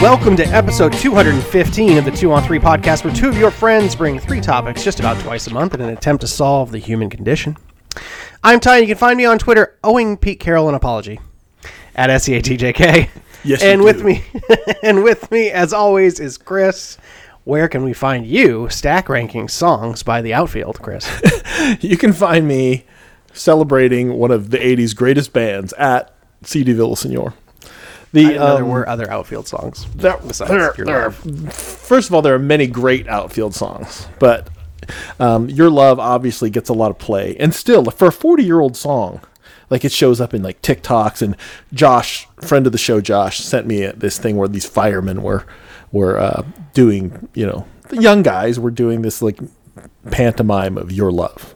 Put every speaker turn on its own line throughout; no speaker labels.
Welcome to episode 215 of the Two on Three podcast, where two of your friends bring three topics just about twice a month in an attempt to solve the human condition. I'm Ty, and you can find me on Twitter, owing Pete Carroll an apology at E SEATJK.
Yes, you
and with
do.
me, and with me, as always, is Chris. Where can we find you stack ranking songs by the outfield, Chris?
You can find me celebrating one of the 80s greatest bands at CD Villasenor.
I
The,
know there
um,
were other outfield songs.
there- there-
besides Your
there-
Love.
first of all, there are many great outfield songs, but um, Your Love obviously gets a lot of play. And still, for a 40 year old song, like it shows up in like TikToks. And Josh, friend of the show, Josh, sent me a- this thing where these firemen were were uh, doing, you know, the young guys were doing this like pantomime of Your Love.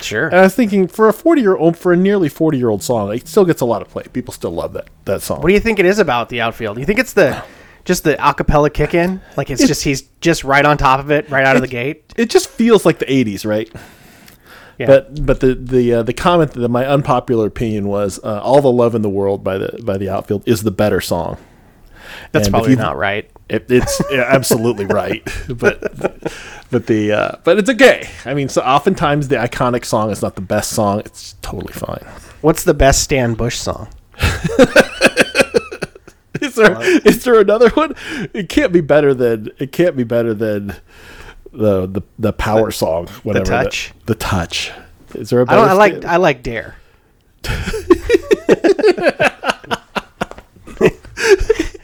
Sure.
And I was thinking, for a forty-year-old, for a nearly forty-year-old song, it still gets a lot of play. People still love that that song.
What do you think it is about the outfield? You think it's the just the acapella kick in? Like it's, just he's just right on top of it, right out of the gate.
it just feels like the '80s, right?
Yeah.
But but the the uh, the comment that my unpopular opinion was, uh, "All the Love in the World" by the by the Outfield is the better song.
that's
and if
probably
you-
not right.
It, it's yeah, absolutely right, but but the uh, but it's okay. I mean, so oftentimes the iconic song is not the best song. It's totally fine.
What's the best Stan Bush song?
Is there is there another one? It can't be better than it can't be better than the the, the power song. Whatever
Touch?
The, touch. Is there a
I
better?
don't I like
sta-
I like Dare.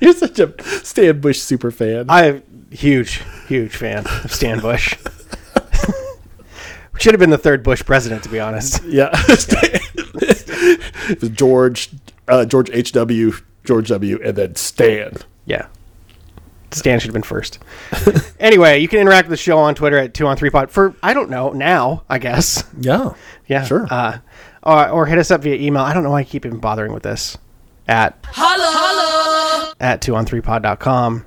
You're such a Stan Bush super fan.
I'm huge, huge fan of Stan Bush. Should have been the third Bush president, to be honest.
yeah. George uh, George H W George W and then Stan.
Yeah. Stan should have been first. anyway, you can interact with the show on Twitter at two on three pod for I don't know, now, I guess.
Yeah.
Yeah.
Sure.
Uh, or, or hit us up via email. I don't know why I keep even bothering with this. At holla, at 2on3pod.com.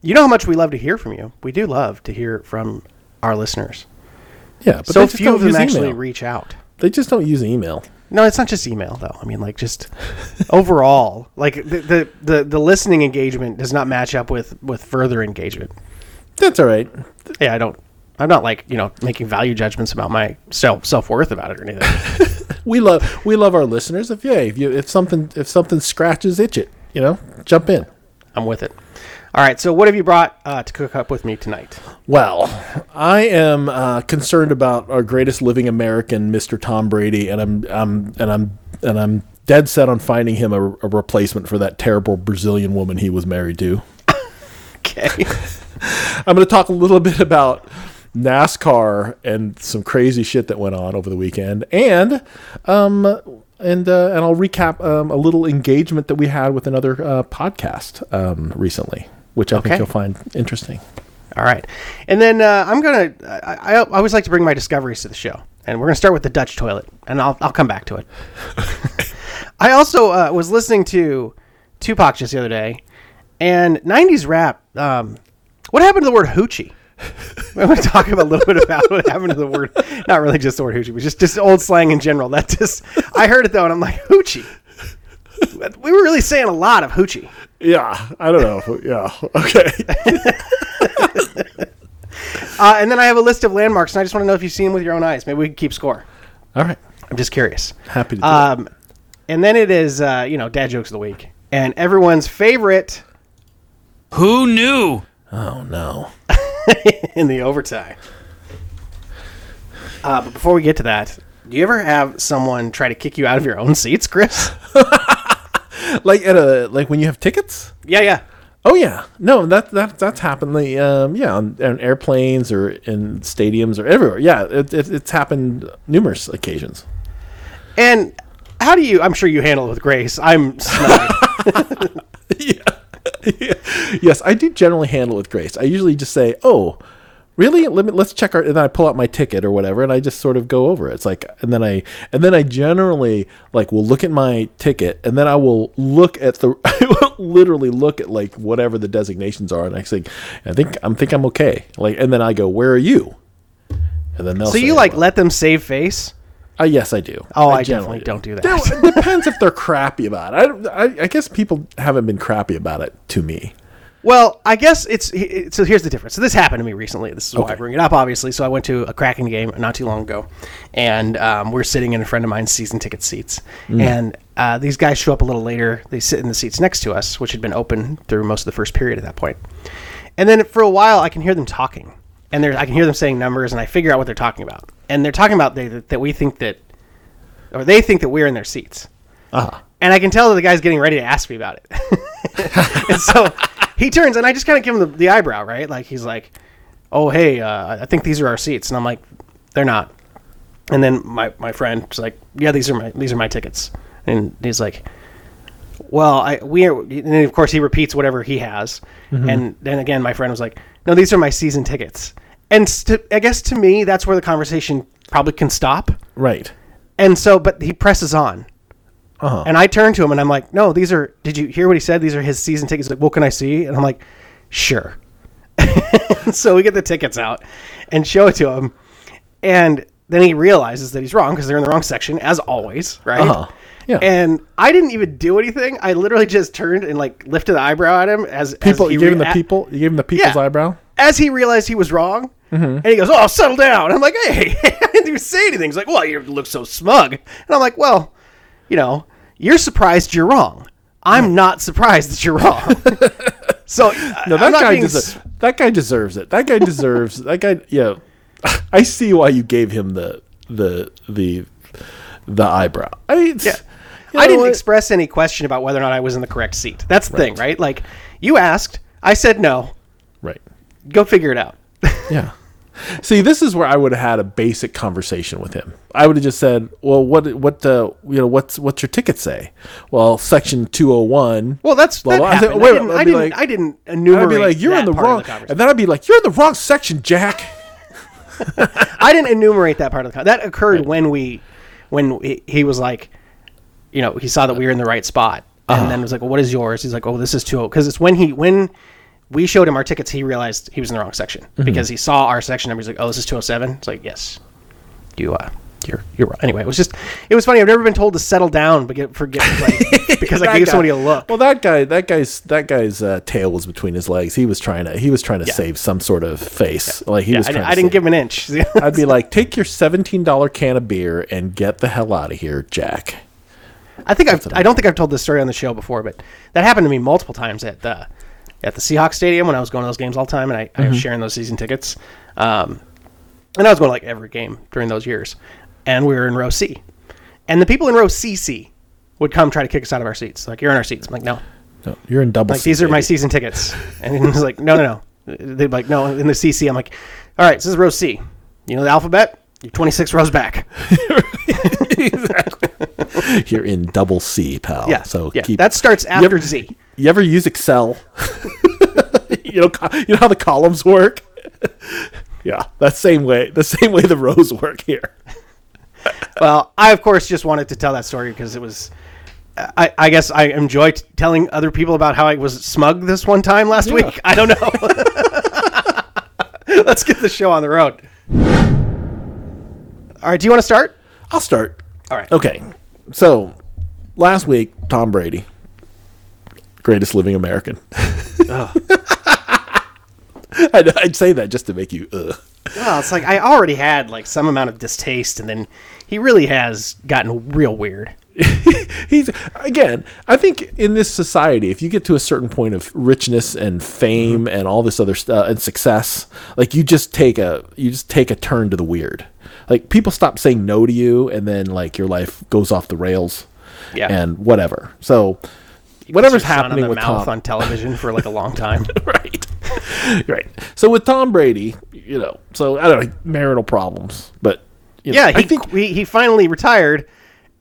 You know how much we love to hear from you. We do love to hear from our listeners.
yeah. But
so
they just
few of
don't
them
use
actually
email.
reach out.
they just don't use email.
No, it's not just email though. I mean, like just overall, like the, the the the listening engagement does not match up with with further engagement.
That's all right.
Yeah, I don't. I'm not like you know making value judgments about my self self worth about it or anything.
we love we love our listeners. If yeah, if you if something if something scratches itch it, you know, jump in.
I'm with it. All right. So, what have you brought uh, to cook up with me tonight?
Well, I am uh, concerned about our greatest living American, Mr. Tom Brady, and I'm I'm and I'm and I'm dead set on finding him a, a replacement for that terrible Brazilian woman he was married to.
Okay.
I'm going to talk a little bit about NASCAR and some crazy shit that went on over the weekend, and um, and uh, and I'll recap um, a little engagement that we had with another uh, podcast um, recently, which I
Okay.
think you'll find interesting.
All right. And then uh, I'm gonna. I, I I always like to bring my discoveries to the show, and we're gonna start with the Dutch toilet, and I'll I'll come back to it. I also uh, was listening to Tupac just the other day, and '90s rap. Um, what happened to the word hoochie? I'm going to talk about a little bit about what happened to the word, not really just the word hoochie, but just just old slang in general. That just I heard it though, and I'm like hoochie. We were really saying a lot of hoochie.
Yeah, I don't know. yeah, okay.
Uh, and then I have a list of landmarks, and I just want to know if you've seen them with your own eyes. Maybe we can keep score.
All right.
I'm just curious.
Happy to do
Um, and then it is, uh, you know, dad jokes of the week, and everyone's favorite
Who knew?
Oh no.
in the overtime. Uh, but before we get to that, do you ever have someone try to kick you out of your own seats, Chris?
Like at a like when you have tickets?
yeah, yeah.
Oh yeah. No, that that that's happened like, um yeah, on, on airplanes or in stadiums or everywhere. Yeah, it, it, it's happened numerous occasions.
And how do you? I'm sure you handle it with grace. I'm snide.
yeah. yes, I do generally handle it with grace. I usually just say, "Oh, really? Let me, let's check our." And then I pull out my ticket or whatever, and I just sort of go over it. It's like, and then I and then I generally like will look at my ticket, and then I will look at the I will literally look at like whatever the designations are, and I think I think I'm think I'm okay. Like, and then I go, "Where are you?" And then they'll
so you
say,
like let them save face?
uh, yes, I do.
Oh, I,
generally
definitely don't do that.
Now, it depends if they're crappy about it. I, don't- I, I guess people haven't been crappy about it to me.
Well, I guess it's it- so. Here's the difference. So this happened to me recently. This is why I bring it up, obviously. So I went to a Kraken game not too long ago, and um, we're sitting in a friend of mine's season ticket seats, and uh, these guys show up a little later. They sit in the seats next to us, which had been open through most of the first period at that point. And then for a while, I can hear them talking, and there I can hear them saying numbers, and I figure out what they're talking about. And they're talking about they, that we think that, or they think that we're in their seats and I can tell that the guy's getting ready to ask me about it. and so he turns, and I just kind of give him the, the eyebrow, right? Like he's like, "Oh, hey, uh, I think these are our seats," and I'm like, "They're not." And then my my friend's like, "Yeah, these are my these are my tickets," and he's like, "Well, I we are," and then of course he repeats whatever he has, and then again my friend was like, "No, these are my season tickets," and st- I guess to me that's where the conversation probably can stop.
Right.
And so, but he presses on.
Uh-huh.
And I turn to him and I'm like, no, these are, did you hear what he said? These are his season tickets. He's like, what can I see? And I'm like, sure. so we get the tickets out and show it to him. And then he realizes that he's wrong because they're in the wrong section, as always, right?
Uh-huh. Yeah.
And I didn't even do anything. I literally just turned and like lifted the eyebrow at him as
People,
As
you gave him
rea-
the people. You gave him the people's
Yeah.
eyebrow.
as he realized he was wrong,
Mm-hmm.
and he goes, "Oh, settle down." I'm like, "Hey, I didn't even say anything." He's like, "Well, you look so smug," and I'm like, "Well, you know, you're surprised you're wrong. I'm not surprised that you're wrong." so uh,
No, that
I'm not
guy
being
deserves.
s-
That guy deserves it. That guy deserves. that guy. Yeah, I see why you gave him the the the the eyebrow. I mean, it's- you
I
know
didn't
what?
express any question about whether or not I was in the correct seat. That's the thing, right? Like, you asked, I said no.
Right.
Go figure it out.
Yeah. See, this is where I would have had a basic conversation with him. I would have just said, "Well, what, what, uh, you know, what's, what's your ticket say?" Well, section two hundred one.
Well, that's
Blah,
that
blah. I
happened.
said, wait,
I didn't.
I'd
I
be
didn't,
like-
I didn't
I'd
enumerate.
be like, "You're in
that
the
part of
wrong,"
conversation.
and then I'd be like, "You're in the wrong section, Jack."
I didn't enumerate that part of the con- that occurred when we when he, he was like, you know, he saw that we were in the right spot, and
Uh-huh.
then was like, well, "What is yours?" He's like, "Oh, this is two because it's when he when we showed him our tickets, he realized he was in the wrong section
Mm-hmm.
because he saw our section number. He's like, "Oh, this is 207." It's like, "Yes, you uh." You're, you're right. Anyway, it was just, it was funny. I've never been told to settle down, but get, forget like, because I
That
gave
guy-
somebody a look.
Well, that guy, that guy's, that guy's uh, tail was between his legs. He was trying to, he was trying to save some sort of face. Like he
Yeah,
was.
I,
trying to
I didn't
save-
give him an inch.
I'd be like, "Take your seventeen dollar can of beer and get the hell out of here, Jack."
I think I've, I don't think I've told this story on the show before, but that happened to me multiple times at the at the Seahawks stadium when I was going to those games all the time, and I, I
Mm-hmm.
was sharing those season tickets. Um, and I was going to like every game during those years, and we were in row C, and the people in row CC would come try to kick us out of our seats. Like you're in our seats. I'm like no,
No, you're in double.
like these are my season tickets, and he was like no no no. They'd be like no in the CC. I'm like all right, so this is row C. You know the alphabet. You're 26 rows back.
Oh, You're in double C, pal.
Yeah.
So
yeah.
keep
that starts after
Yep.
Z.
You ever use Excel? you know, co- you know how the columns work. yeah, that same way. The same way the rows work here.
Well, I of course just wanted to tell that story because it was. I, I guess I enjoy t- telling other people about how I was smug this one time last week. I don't know. Let's get the show on the road. All right, do you want to start?
I'll start.
All right.
Okay. So, last week, Tom Brady, greatest living American. I'd, I'd say that just to make you. Ugh.
Well, it's like I already had like some amount of distaste, and then he really has gotten real weird.
he's again i think in this society if you get to a certain point of richness and fame
Mm-hmm.
and all this other stuff and success like you just take a you just take a turn to the weird like people stop saying no to you and then like your life goes off the rails
Yeah.
and whatever so whatever's
Son of
happening
the
with
mouth
Tom,
on television for like a long time.
right. right. So with Tom Brady, you know, so I don't know, marital problems, but you know,
Yeah,
I
he,
think
he he finally retired,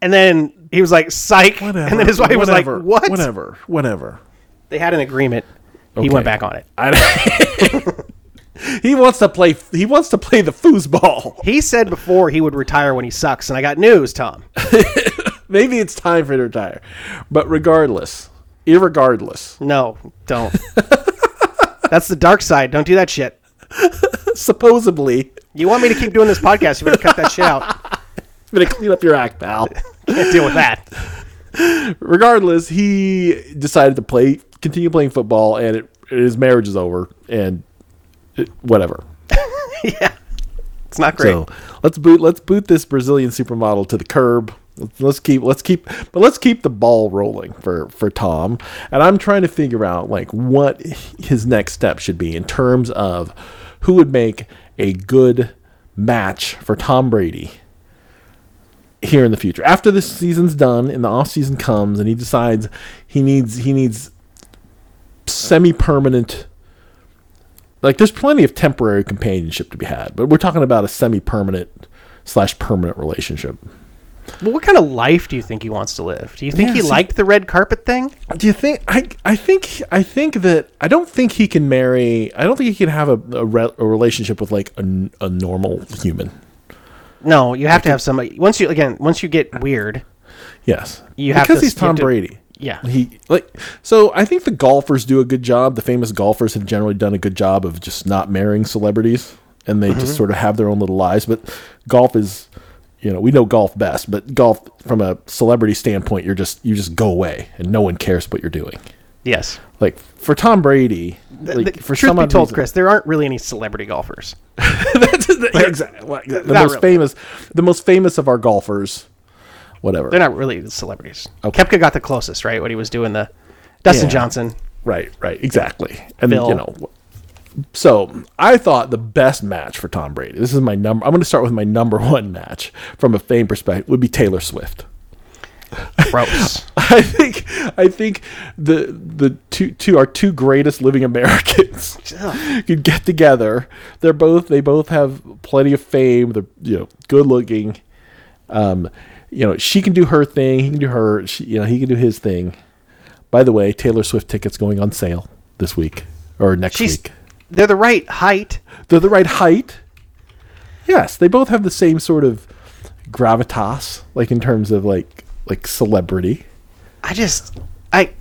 and then he was like, "Psych," and then his wife was like,
whatever,
"What?"
Whatever, whatever.
They had an agreement. He
Okay.
went back on it.
I- he wants to play. He wants to play the foosball.
He said before he would retire when he sucks, and I got news, Tom.
Maybe it's time for him to retire. But regardless, irregardless,
No, don't. That's the dark side. Don't do that shit.
supposedly,
You want me to keep doing this podcast? You better cut that shit out.
I'm gonna clean up your act, pal.
Can't deal with that.
regardless, he decided to play, continue playing football, and it his marriage is over and it, whatever.
yeah, it's not great.
So let's boot let's boot this Brazilian supermodel to the curb. Let's- Let's keep let's keep but let's keep the ball rolling for for Tom. And I'm trying to figure out like what his next step should be in terms of who would make a good match for Tom Brady here in the future. After this season's done and the off season comes and he decides he needs he needs semi-permanent like there's plenty of temporary companionship to be had, but we're talking about a semi-permanent slash permanent relationship.
Well, what kind of life do you think he wants to live? Do you think
Yeah,
he
see-
liked the red carpet thing?
Do you think I I think I think that I don't think he can marry I don't think he can have a a, re, a relationship with like a, n- a normal human.
No, you have to have somebody. Once you again, once you get weird,
Yes.
You have
because
to-
he's
you have
Tom
to-
Brady.
yeah.
He like so I think the golfers do a good job. The famous golfers have generally done a good job of just not marrying celebrities and they
Mm-hmm.
just sort of have their own little lives, but golf is you know, we know golf best, but golf from a celebrity standpoint, you're just you just go away and no one cares what you're doing.
yes.
Like for Tom Brady, like
The-
for
truth
some
be
odd
told,
reason-
Chris, there aren't really any celebrity golfers.
that's the, exactly the most
really.
famous, the most famous of our golfers, whatever.
They're not really celebrities.
Okay.
Kepka got the closest, right? When he was doing the Dustin
Yeah.
Johnson.
Right, right, exactly. And
Bill.
you know, so I thought the best match for Tom Brady. This is my number. I'm going to start with my number one match from a fame perspective would be Taylor Swift.
Gross.
I think I think the the two two our two greatest living Americans could get together. They're both they both have plenty of fame. They're you know good looking. Um, you know she can do her thing. He can do her. She, you know he can do his thing. By the way, Taylor Swift tickets going on sale this week or next
She's.
week.
They're the right height.
They're the right height. Yes, they both have the same sort of gravitas, like in terms of like like celebrity.
I just. I.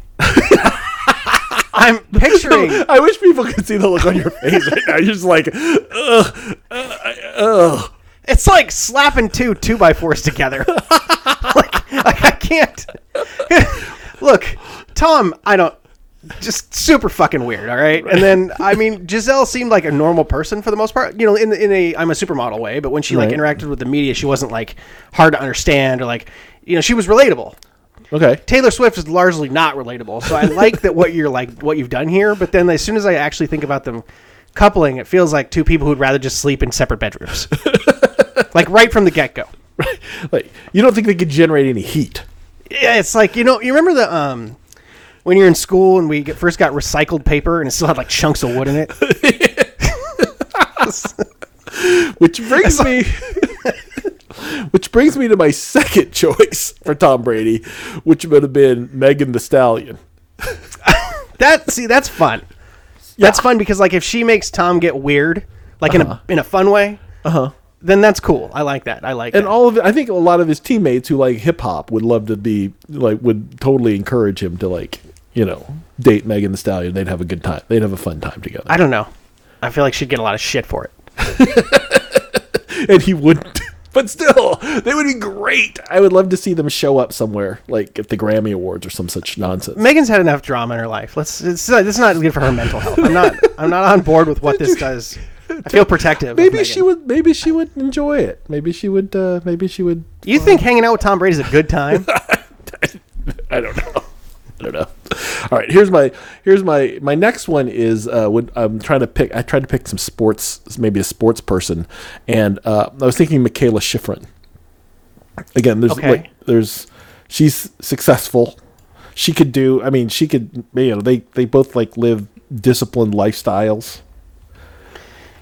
I'm picturing.
I wish people could see the look on your face right now. You're just like, ugh, uh, I- ugh.
It's like slapping two two by fours together. like, like, I can't. Look, Tom, I don't. Just super fucking weird, all right? And then, I mean, Giselle seemed like a normal person for the most part, you know, in in a I'm a supermodel way. But when she like
Right.
interacted with the media, she wasn't like hard to understand or like, you know, she was relatable.
Okay.
Taylor Swift is largely not relatable, so I like that what you're like what you've done here. But then, as soon as I actually think about them coupling, it feels like two people who'd rather just sleep in separate bedrooms, like right from the get go.
Like, you don't think they could generate any heat?
Yeah, it's like you know, you remember the um when you're in school and we get, first got recycled paper and it still had like chunks of wood in it.
Which brings me, which brings me to my second choice for Tom Brady, which would have been Megan the Stallion.
That see, that's fun. That's fun because like if she makes Tom get weird, like in a in a fun way, uh huh. Then that's cool. I like that. I like
And
that.
all of it, I think a lot of his teammates who like hip hop would love to be like would totally encourage him to like you know date Megan the Stallion. They'd have a good time. They'd have a fun time together.
I don't know. I feel like she'd get a lot of shit for it.
and he wouldn't. But still, they would be great. I would love to see them show up somewhere, like at the Grammy Awards or some such nonsense.
Megan's had enough drama in her life. Let's. It's, not- this is not good for her mental health. I'm not. I'm not on board with what this does. I feel protective. of
Maybe
Meghan.
she would. Maybe she would enjoy it. Maybe she would. Uh, maybe she would.
You think hanging out with Tom Brady is a good time?
I don't know. I don't know. All right. Here's my. Here's my. My next one is. Uh, when I'm trying to pick. I tried to pick some sports. Maybe a sports person, and uh, I was thinking Michaela Schifrin. Again, there's
Okay.
like there's she's successful. She could do. I mean, she could. You know, they they both like live disciplined lifestyles.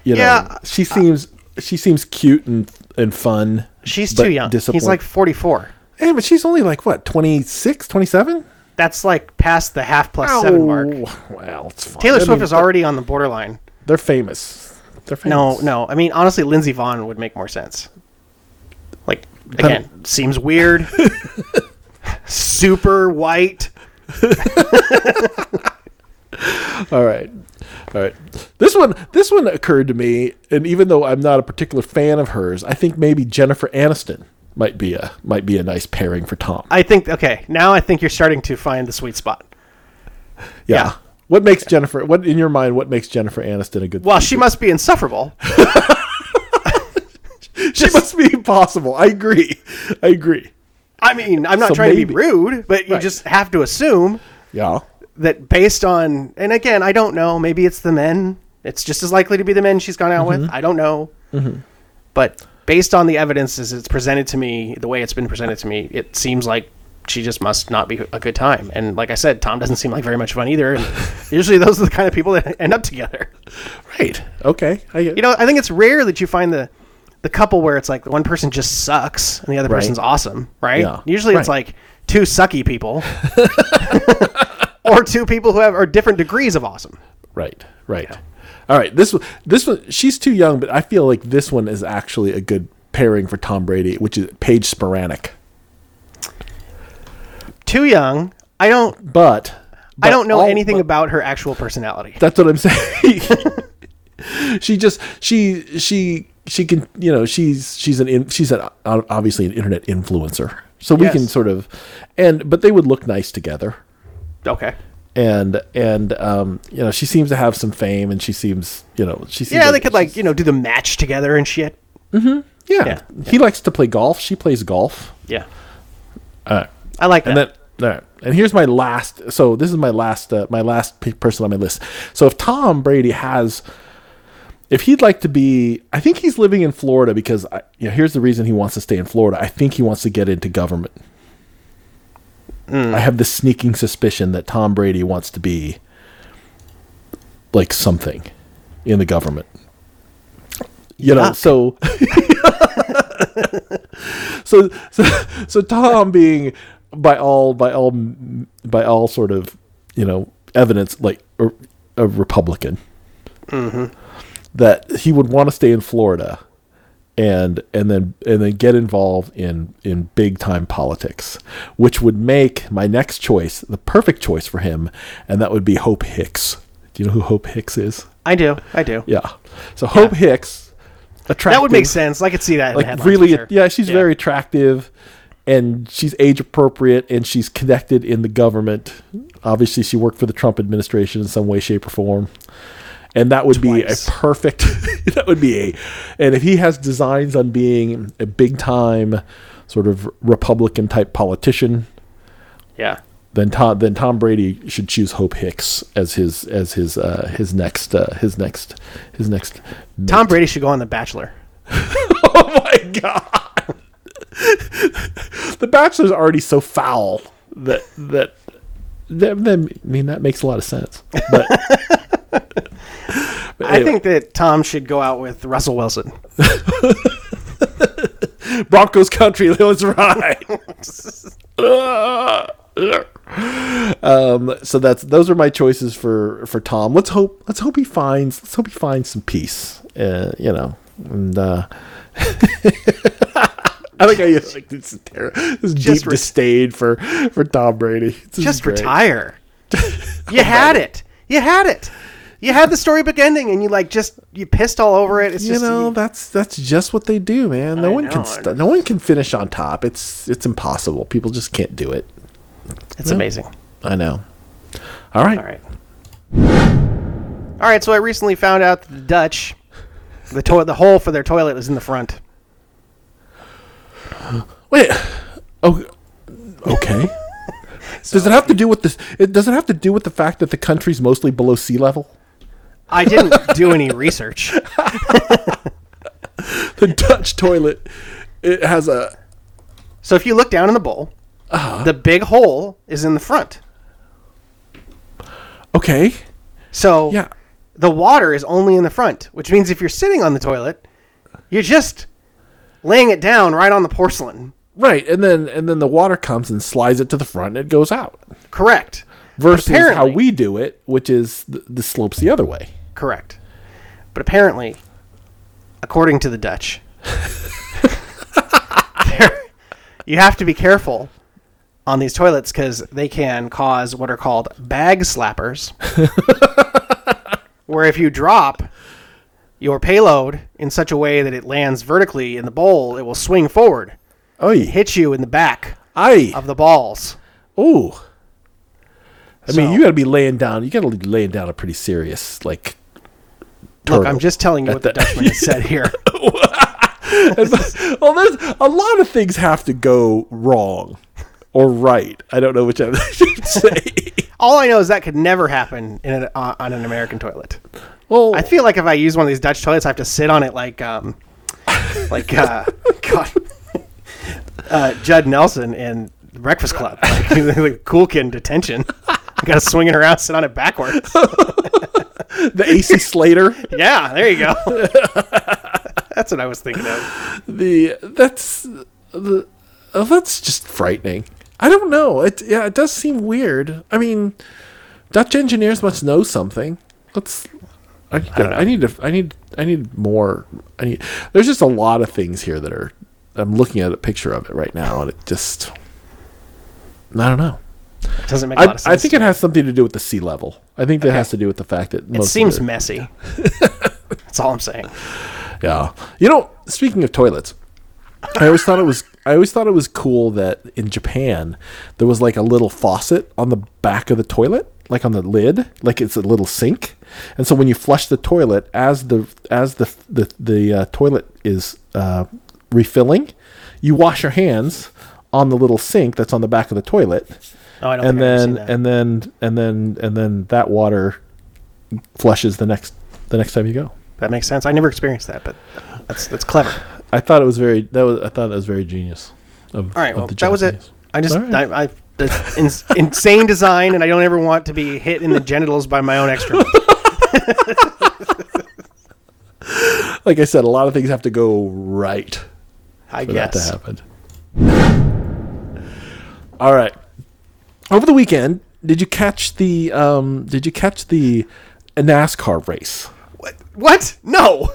You
Yeah, uh,
know, she seems she seems cute and and fun.
She's
but
too young. He's
disciplined.
like 44.
Hey, but she's only like what 26, 27?
That's like past the half plus seven mark.
Well, it's fine.
Taylor
I
Swift
mean,
is already on the borderline.
They're famous. They're
No,
famous.
no. I mean, honestly, Lindsey Vaughn would make more sense. Like again, seems weird. Super white.
All right. All right. This one this one occurred to me and even though I'm not a particular fan of hers, I think maybe Jennifer Aniston might be a might be a nice
Uh,
pairing for Tom.
I think. Okay, now I think you're starting to find the sweet spot.
yeah. What makes Jennifer? What in your mind? What makes Jennifer Aniston a good?
Well, she must be insufferable.
she must be impossible. I agree. I agree.
I mean, I'm not
So
trying to
maybe-
be rude, but you
Right.
just have to assume
Yeah.
that based on, and again, I don't know. Maybe it's the men. It's just as likely to be the men she's gone out
Mm-hmm.
with. I don't know. But based on the evidence as it's presented to me, the way it's been presented to me, it seems like she just must not be a good time. And like I said, Tom doesn't seem like very much fun either. And usually, those are the kind of people that end up together.
Right. Okay. I,
You know, I think it's rare that you find the the couple where it's like one person just sucks and the other
Right.
person's awesome, right?
Yeah.
Usually it's
Right.
like two sucky people or two people who have are different degrees of awesome.
Right. Right. All right. This one. This one. She's too young, but I feel like this one is actually a good pairing for Tom Brady, which is Paige Sporanic.
Too young. I don't
But,
I
but
don't know
all-
anything
but-
about her actual personality.
That's what I'm saying. she just she she she can you know she's she's an in, she's an o- obviously an internet influencer, so we
Yes.
can sort of and but they would look nice together,
Okay.
and and um you know she seems to have some fame, and she seems you know she seems
Yeah, they could like, you know, do the match together and shit.
yeah,
yeah,
he likes to play golf, she plays golf,
Yeah. I like that.
and then. All right. And here's my last. So this is my last, uh, my last pe- person on my list. So if Tom Brady has if he'd like to be i think he's living in florida because I, you know here's the reason he wants to stay in florida i think he wants to get into government
Hmm.
i have this sneaking suspicion that tom brady wants to be like something in the government you know so so so so tom being by all by all by all sort of you know evidence like a, a republican
Mm-hmm.
that he would want to stay in Florida and and then and then get involved in in big time politics, which would make my next choice the perfect choice for him, and that would be Hope Hicks. Do you know who Hope Hicks is?
I do. I do.
Yeah. So Hope Hicks attractive
That would make sense. I could see that in the
like
headlines.
really
for sure.
yeah she's very attractive and she's age appropriate and she's connected in the government obviously she worked for the trump administration in some way shape or form and that would
Twice.
be a perfect that would be a and if he has designs on being a big time sort of republican type politician
Yeah.
then Tom then Tom Brady should choose Hope Hicks as his as his uh, his next uh, his next his next
Tom Brady should go on The Bachelor.
Oh my god! the Bachelor's already so foul that that, that that- I mean that makes a lot of sense. But, but
I
anyway,
think that Tom should go out with Russell Wilson.
Broncos country. Let's ride. um, so that's those are my choices for for Tom. Let's hope let's hope he finds let's hope he finds some peace. Uh, you know, and uh, I like how you like this, is terror, this
Just
deep
re-
disdain for for Tom Brady. This is
just
great.
retire. you had it. You had it. You had the storybook ending, and you like just you pissed all over it. It's
You
just
know that's that's just what they do, man. No
I
one
know, I
can st-
know.
no one can finish on top. It's it's impossible. People just can't do it.
it's amazing.
I know. All right.
All right, all right. So I recently found out that the Dutch, the to- the hole for their toilet is in the front.
Wait. Oh. Okay. does it have to do with this? It does it have to do with the fact that the country's mostly below sea level?
I didn't do any research.
The Dutch toilet. It has a.
So if you look down in the bowl,
Uh-huh.
the big hole is in the front.
Okay.
So
Yeah.
the water is only in the front, which means if you're sitting on the toilet, you're just laying it down right on the porcelain.
Right, and then and then the water comes and slides it to the front, and it goes out.
Correct.
Versus how
apparently-
we do it, which is the, the slopes the other way.
Correct. But apparently, according to the Dutch, there- you have to be careful on these toilets because they can cause what are called bag slappers, where if you drop your payload in such a way that it lands vertically in the bowl, it will swing forward,
Oh,
hit you in the back
I
of the balls.
oh, I mean, you got to be laying down. You got to be laying down a pretty serious like.
Look,
turtle.
I'm just telling you what the,
the-
Dutchman has said here.
well, there's a lot of things have to go wrong or right. I don't know which I should say.
All I know is that could never happen in an, uh, on an American toilet.
well,
I feel like if I use one of these Dutch toilets, I have to sit on it like, um, like uh, God, uh, Judd Nelson in Breakfast Club, like, like cool kid in detention. I got to swing it around, sit on it backwards.
the AC Slater.
Yeah, there you go. That's what I was thinking of.
the that's the uh, that's just frightening. I don't know. It yeah, it does seem weird. I mean, Dutch engineers must know something. Let's. I, I, need to. I need. I need more. I need. There's just a lot of things here that are. I'm looking at a picture of it right now, and it just. I don't know.
It doesn't make a
I,
lot of sense.
I think it has something to do with the sea level. I think that has to do with the fact that
It
most of
seems
the-
messy. That's all I'm saying.
Yeah. You know, speaking of toilets, I always thought it was I always thought it was cool that in Japan there was like a little faucet on the back of the toilet, like on the lid, like it's a little sink. And so when you flush the toilet as the as the the, the uh, toilet is uh, refilling, you wash your hands on the little sink that's on the back of the toilet.
Oh, I don't
and
think I've ever seen
then
that.
and then and then and then that water flushes the next the next time you go.
That makes sense. I never experienced that, but that's that's clever.
I thought it was very that was I thought that was very genius. Of,
All right,
of
well,
the
that was it.
Japanese.
I just
All right.
I, I that's ins- insane design, and I don't ever want to be hit in the genitals by my own excrement.
like I said, a lot of things have to go right for
I
that to
guess.
happen. All right. Over the weekend, did you catch the um, did you catch the NASCAR race?
What? What? No.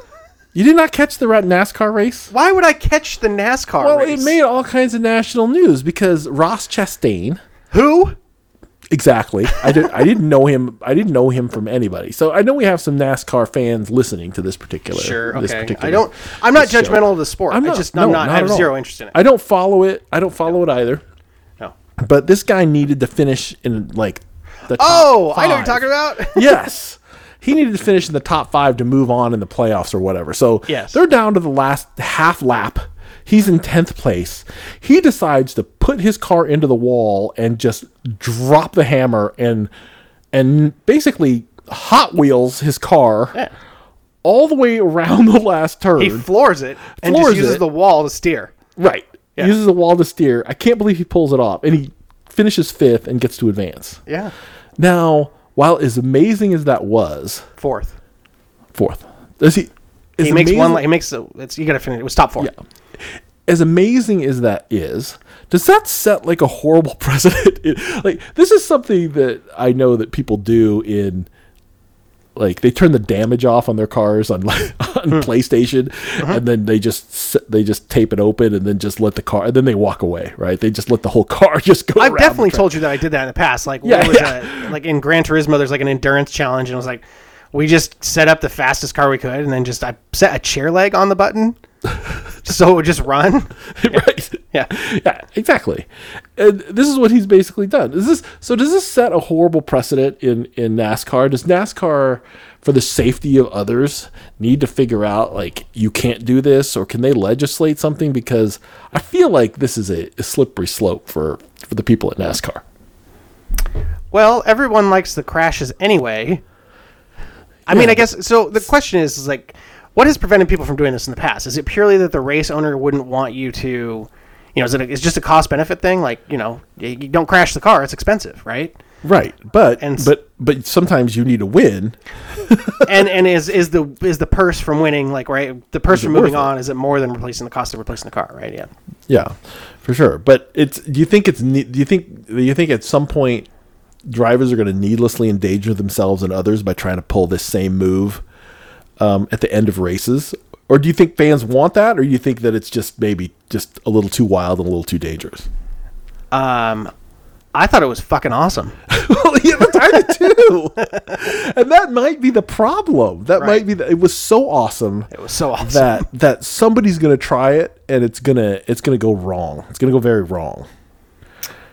You did not catch the ra- NASCAR race?
Why would I catch the NASCAR
Well,
race?
it made all kinds of national news because Ross Chastain
Who?
Exactly. I did. I didn't know him. I didn't know him from anybody. So I know we have some NASCAR fans listening to this particular.
Sure.
This
Okay.
particular
I don't. I'm not
this show.
judgmental of the sport. i just. I'm
no,
not. I have
at all.
zero interest in it.
I don't follow it. I don't follow it either.
no.
But this guy needed to finish in like the. Top
Oh, I know what
five.
you're talking about.
yes. He needed to finish in the top five to move on in the playoffs or whatever. So
Yes.
they're down to the last half lap. He's in 10th place. He decides to put his car into the wall and just drop the hammer and and basically Hot Wheels his car
Yeah.
all the way around the last turn.
He floors it and
Floors
just uses
it.
the wall to steer.
right.
Yeah.
Uses the wall to steer. I can't believe he pulls it off. And he finishes fifth and gets to advance.
Yeah.
Now, while as amazing as that was,
Fourth.
fourth. Does he? As
He makes
amazing,
one. He makes. a- It's you got to finish. It was top four.
as amazing as that is, does that set like a horrible precedent? It- like this is something that I know that people do in. Like they turn the damage off on their cars on like, on
Hmm.
PlayStation,
Uh-huh.
and then they just s- they just tape it open and then just let the car and then they walk away, right? They just let the whole car just go.
I've
around the
definitely
track.
told you that I did that in the past. Like,
Yeah,
yeah, was a,
yeah.
like in Gran Turismo, there's like an endurance challenge, and it was like, we just set up the fastest car we could, and then just I set a chair leg on the button, so it would just run.
right?
Yeah.
yeah, exactly. And this is what he's basically done. Is this so? Does this set a horrible precedent in in NASCAR? Does NASCAR, for the safety of others, need to figure out like you can't do this, or can they legislate something? Because I feel like this is a, a slippery slope for for the people at NASCAR.
Well, everyone likes the crashes anyway. I mean, I guess so. The question is, is like, what has prevented people from doing this in the past? Is it purely that the race owner wouldn't want you to, you know, is it, is it just a cost benefit thing? Like, you know, you you don't crash the car; it's expensive, right?
Right, but
And s-
but but sometimes you need to win.
and and is is the is the purse from winning like right the purse from moving
worth it?
on is it more than replacing the cost of replacing the car right yeah
Yeah, for sure. But it's do you think it's ne- do you think do you think at some point drivers are going to needlessly endanger themselves and others by trying to pull this same move um, at the end of races, or do you think fans want that, or do you think that it's just maybe just a little too wild and a little too dangerous?
um I thought it was fucking awesome
well, yeah, that's I did too, and that might be the problem. That might
Right.
be the, it was so awesome.
it was so awesome
that that somebody's gonna try it and it's gonna it's gonna go wrong. It's gonna go very wrong.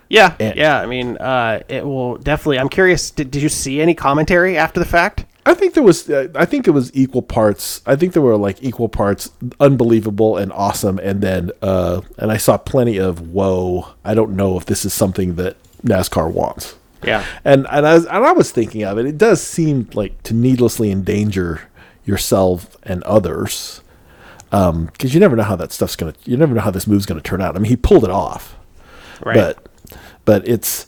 Yeah,
And-
yeah. I mean, uh, it will definitely. I'm curious. Did, did you see any commentary after the fact?
I think there was. uh, I think it was equal parts. I think there were like equal parts, unbelievable and awesome, and then uh, and I saw plenty of whoa. I don't know if this is something that NASCAR wants.
Yeah.
and and I was, and I was thinking of it. It does seem like to needlessly endanger yourself and others, because you never know how that stuff's gonna. You never know how this move's gonna turn out. I mean, he pulled it off
Right.
but but it's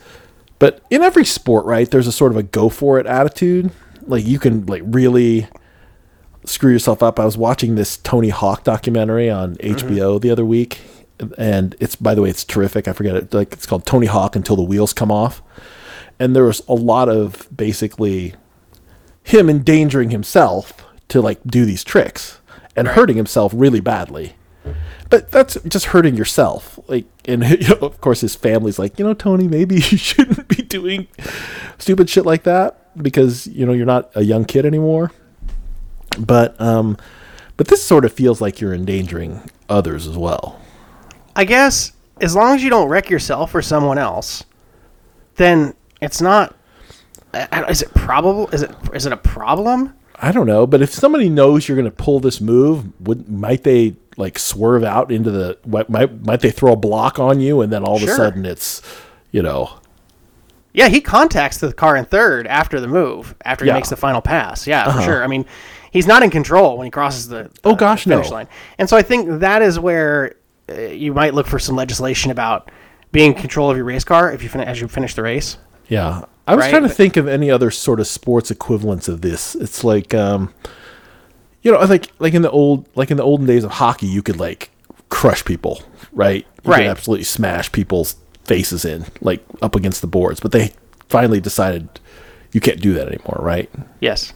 but in every sport right there's a sort of a go for it attitude like you can like really screw yourself up i was watching this tony hawk documentary on hbo the other week and it's by the way it's terrific i forget it like it's called tony hawk until the wheels come off and there was a lot of basically him endangering himself to like do these tricks and hurting himself really badly but that's just hurting yourself like and you know, of course his family's like you know tony maybe you shouldn't be doing stupid shit like that because you know you're not a young kid anymore but um but this sort of feels like you're endangering others as well
I guess as long as you don't wreck yourself or someone else, then it's not. I- I don't- Is it probable? Is it is it a problem?
i don't know but if somebody knows you're going to pull this move would might they like swerve out into the might might, might they throw a block on you and then all of
Sure.
a sudden it's you know
Yeah, he contacts the car in third after the move, after he
Yeah. Uh-huh.
makes the final pass. Yeah, for sure. I mean, he's not in control when he crosses the
Oh,
uh,
gosh,
the finish
no.
line. And so I think that is where uh, you might look for some legislation about being in control of your race car if you fin- as you finish the race.
Yeah. I was
Right?
trying to
But-
think of any other sort of sports equivalents of this. It's like um you know, like like in the old like in the olden days of hockey you could like crush people, right? You
Right.
could absolutely smash people's faces in, like up against the boards. But they finally decided you can't do that anymore, right?
Yes,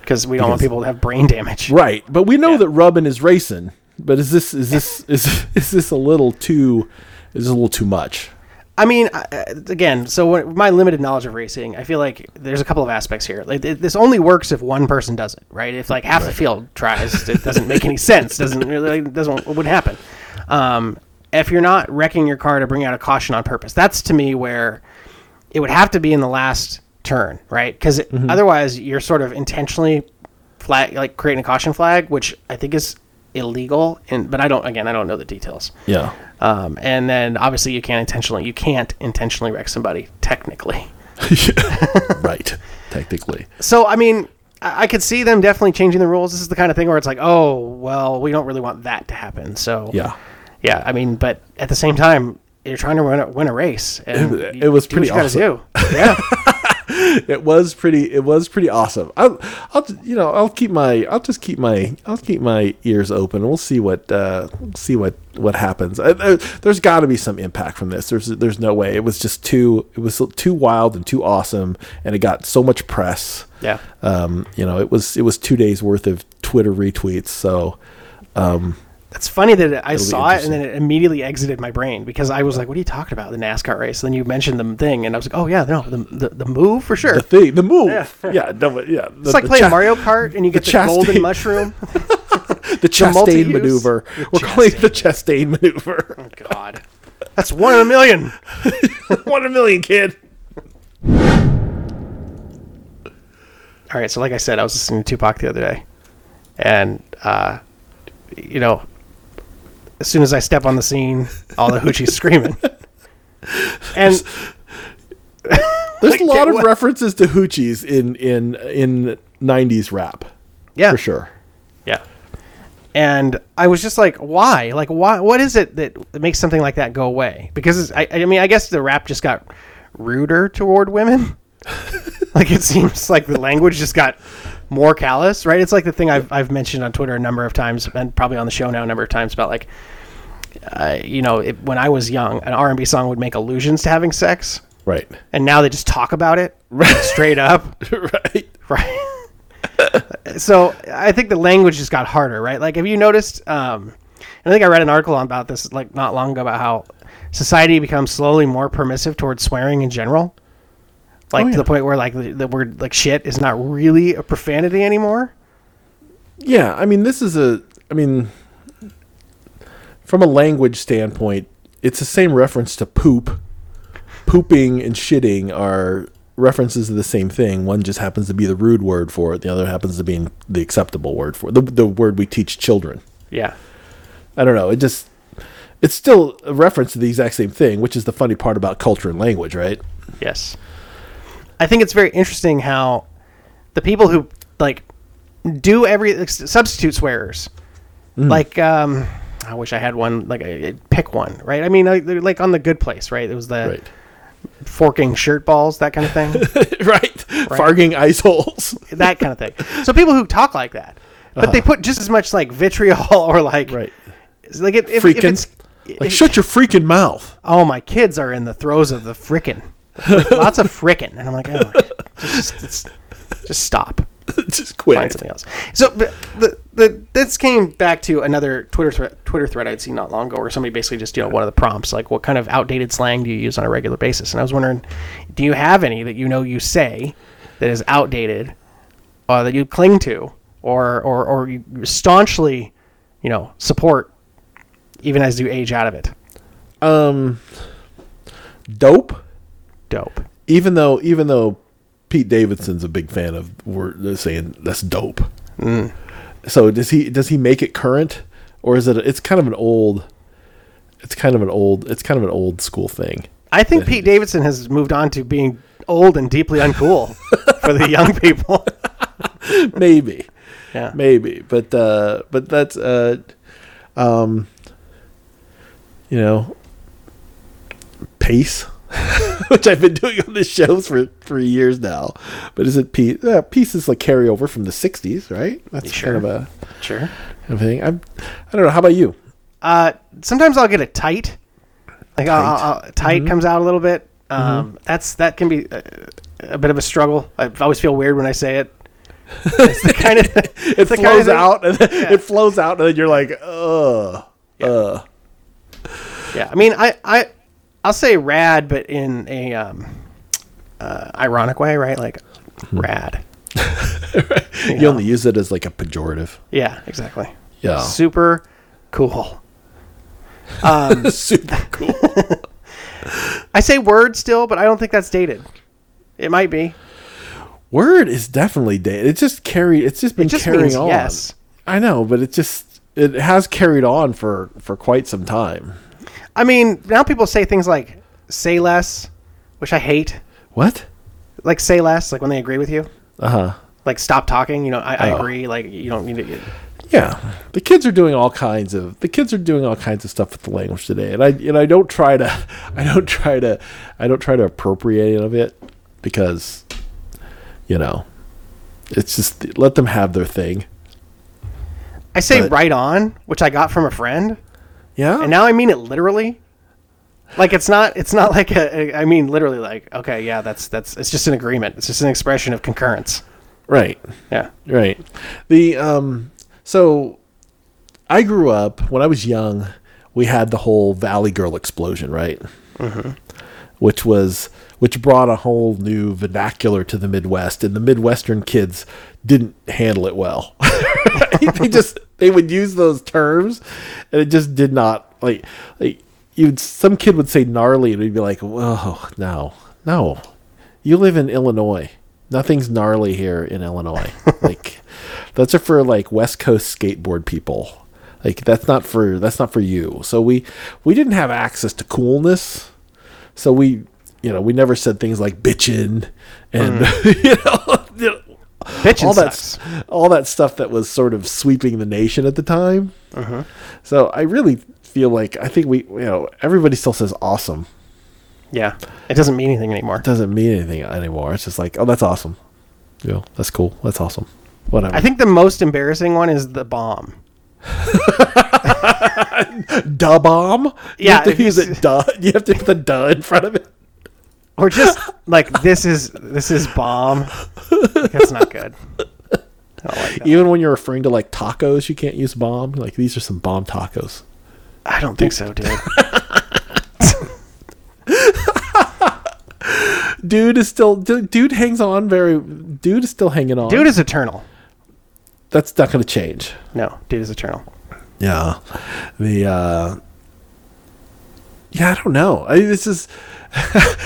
because we don't want people to have brain damage.
Right. But we know that Rubbin is racing. But is this is this is is this a little too is this a little too much?
I mean, I- I- again, so what, my limited knowledge of racing, I feel like there's a couple of aspects here. Like th- this only works if one person does it, right? If like half the field tries, it doesn't make any sense. Doesn't really doesn't it wouldn't happen. Um, if you're not wrecking your car to bring out a caution on purpose, that's to me where it would have to be in the last turn, right? Because otherwise, you're sort of intentionally flag like creating a caution flag, which I think is illegal. And but I don't again, I don't know the details.
Yeah.
Um, and then obviously you can't intentionally you can't intentionally wreck somebody technically.
right. Technically.
So I mean, I, I could see them definitely changing the rules. This is the kind of thing where it's like, oh well, we don't really want that to happen. So
Yeah.
yeah. I mean, but at the same time, you're trying to win a, win a race. And
It-
you
it was
do what
pretty
You gotta do. Yeah,
it was pretty it was pretty awesome i'll i'll you know i'll keep my i'll just keep my i'll keep my ears open and we'll see what uh see what what happens I, I, there's got to be some impact from this there's there's no way it was just too it was too wild and too awesome and it got so much press
yeah.
um you know it was it was two days worth of twitter retweets so um,
It's funny that I saw it and
interesting.
then it immediately exited my brain because I was like, "What are you talking about? The NASCAR race?" then you mentioned the thing, and I was like, "Oh yeah, no, the the, the move for sure."
the thing the move yeah yeah, no, but yeah the,
it's like
the
playing
cha-
Mario Kart and you get the,
the
golden
chastity-
mushroom.
the chastain
multi-use.
maneuver
The
we're calling it the
Chastain
chastain maneuver
God. That's one in a million.
one in a million kid
All right, so like I said, I was listening to Tupac the other day, and uh, you know, as soon as I step on the scene, all the hoochies screaming. And
There's a lot
get
of
what-
references to hoochies in in in '90s rap
yeah,
for sure.
yeah. And I was just like, why? Like, why? What is it that makes something like that go away? Because I, I mean, I guess the rap just got ruder toward women. like it seems like the language just got more callous, right? It's like the thing I've, I've mentioned on Twitter a number of times, and probably on the show now a number of times about like, uh, you know, it, when I was young, an R and B song would make allusions to having sex,
Right.
and now they just talk about it right. straight up,
right.
right? so I think the language just got harder, right? Like, have you noticed? Um, and I think I read an article on about this like not long ago about how society becomes slowly more permissive towards swearing in general, like
Oh,
to
yeah.
the point where like the, the word like shit is not really a profanity anymore.
Yeah. I mean, this is a. I mean, from a language standpoint, it's the same reference to poop pooping and shitting are references to the same thing. One just happens to be the rude word for it. The other happens to be the acceptable word for it. The, the word we teach children.
Yeah.
I don't know. It just it's still a reference to the exact same thing, which is the funny part about culture and language, right?
Yes. I think it's very interesting how the people who like do every like, s- substitute swearers,
Mm.
like um, I wish I had one. Like I- I- pick one, right? I mean, like, they're, like on the Good Place, right? It was the
Right.
forking shirt balls, that kind of thing,
right. Farging ice holes.
that kind of thing. So people who talk like that, but they put just as much like vitriol or like
Uh-huh. Right.
like if, if, if
Freaking.
it's
like shut your freaking mouth.
oh my kids are in the throes of the frickin', Like, lots of frickin', and I'm like, oh, just, just, just stop.
just
find
quit.
something else. So but the, the this came back to another Twitter thread, Twitter thread I'd seen not long ago, where somebody basically just you know one of the prompts like, what kind of outdated slang do you use on a regular basis? And I was wondering, do you have any that you know you say that is outdated, uh, that you cling to, or or or you staunchly, you know, support, even as you age out of it?
Um dope.
Dope.
Even though even though Pete Davidson's a big fan of we're saying that's dope. So does he does he make it current or is it it's kind of an old it's kind of an old it's kind of an old school thing.
I think Pete Davidson has moved on to being old and deeply uncool for the young people.
Maybe.
Yeah.
maybe but uh but that's uh um you know pace which i've been doing on this show for for years now but is it peace yeah, peace is like carryover from the 60s right that's
sure?
kind of a
Sure.
kind of thing i'm i don't know how about you
Uh, sometimes I'll get a tight, like I'll, I'll, I'll- tight
Mm-hmm.
comes out a little bit. Um, That's that can be a, a bit of a struggle. I always feel weird when I say it. It's the kind of
it
it's the
flows
kind of thing-
out and then it flows out and then you're like ugh uh
Yeah, I mean, I I I'll say rad, but in a um, uh, ironic way, right? Like
Mm-hmm.
rad.
you only use it as like a pejorative
Yeah, exactly.
yeah
Super cool.
super cool
I say word still, but I don't think that's dated. It might be.
Word is definitely dated. It just carried. It's just been
just
carrying
means
on.
yes.
I know, but it just it has carried on for for quite some time.
I mean, now people say things like "say less," which I hate.
What?
like say less like when they agree with you
Uh huh.
like stop talking you know i, I
Oh.
agree like you don't need to get
Yeah. The kids are doing all kinds of the kids are doing all kinds of stuff with the language today, and I and I don't try to I don't try to I don't try to appropriate any of it because you know it's just let them have their thing.
i say
But-
right on which i got from a friend
Yeah.
and now i mean it literally like it's not it's not like a, a i mean literally like okay yeah that's that's it's just an agreement it's just an expression of concurrence
right.
yeah
Right. The um so I grew up when I was young, we had the whole Valley Girl explosion, right? Which was which brought a whole new vernacular to the Midwest, and the Midwestern kids didn't handle it well. they just they would use those terms, and it just did not like like you'd some kid would say gnarly, and we'd be like, "Whoa, no, no, you live in Illinois. Nothing's gnarly here in Illinois. like that's for like West Coast skateboard people. Like that's not for that's not for you. So we we didn't have access to coolness. So we you know, we never said things like bitchin and
Mm.
you know
bitching
all that
sucks
all that stuff that was sort of sweeping the nation at the time.
Uh-huh.
So I really feel like I think we you know everybody still says awesome
yeah it doesn't mean anything anymore
doesn't mean anything anymore. It's just like, oh, that's awesome. You know, that's cool. That's awesome. Whatever.
i think the most embarrassing one is the bomb
da bomb. You
Yeah,
have
if
to
you
use
s-
it. Duh. You have to put the duh in front of it.
or just like this is this is bomb that's not good I don't like that.
Even when you're referring to like tacos, you can't use bomb. Like these are some bomb tacos.
I don't think so, dude.
Dude is still dude, dude hangs on very. Dude is still hanging on.
Dude is eternal.
that's not going to change.
No, dude is eternal.
Yeah. The uh yeah, I don't know. I, this is,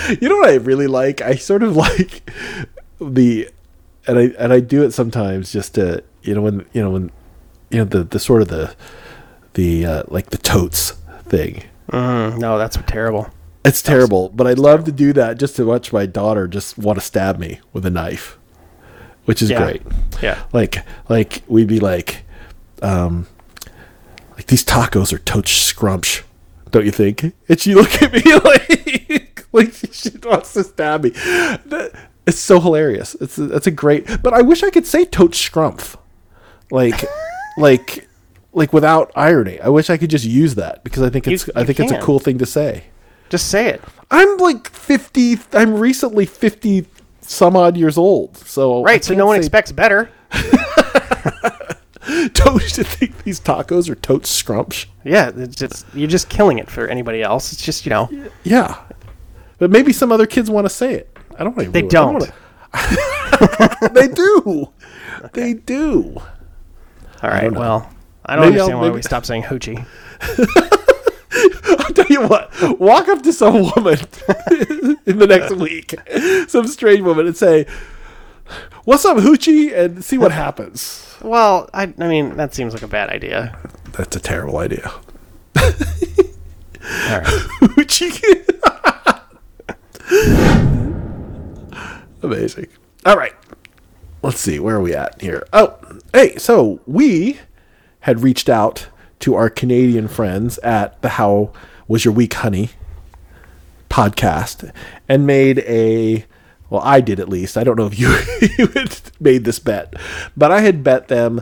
you know, what I really like. I sort of like the, and I and I do it sometimes just to you know when you know when you know the the sort of the the uh, like the totes thing.
Mm-hmm. No, that's terrible.
It's terrible, but I love to do that just to watch my daughter just want to stab me with a knife, which is
Yeah.
great.
Yeah.
Like like we'd be like, um, like these tacos are toach scrumsh, don't you think? And she look at me like like she wants to stab me. That- it's so hilarious. It's that's a great. But I wish I could say toach scrumph, like like like without irony. I wish I could just use that because I think it's I
you
think it's a
can.
cool thing to say.
Just say it.
I'm like 50. I'm recently 50 some odd years old. So
Right. So no one
expects
expects better.
toast to think these tacos are totes scrumpsh.
Yeah. It's just, you're just killing it for anybody else. It's just you know.
Yeah, but maybe some other kids want to say it. I don't. Wanna
They
ruin- I
don't.
wanna- they do. They do.
All right.
know.
well, I don't
Maybe I'll-
understand why we
maybe-
stopped saying hoochie.
I'll tell you what. Walk up to some woman in the next week, some strange woman, and say, "What's up, hoochie?" and see what happens.
Well, I, I mean that seems like a bad idea.
That's a terrible idea.
All right.
Hoochie. Amazing. All right. Let's see. Where are we at here? Oh, hey. So we had reached out to our Canadian friends at the How Was Your Week, Honey podcast and made a well i did at least i don't know if you, you had made this bet but i had bet them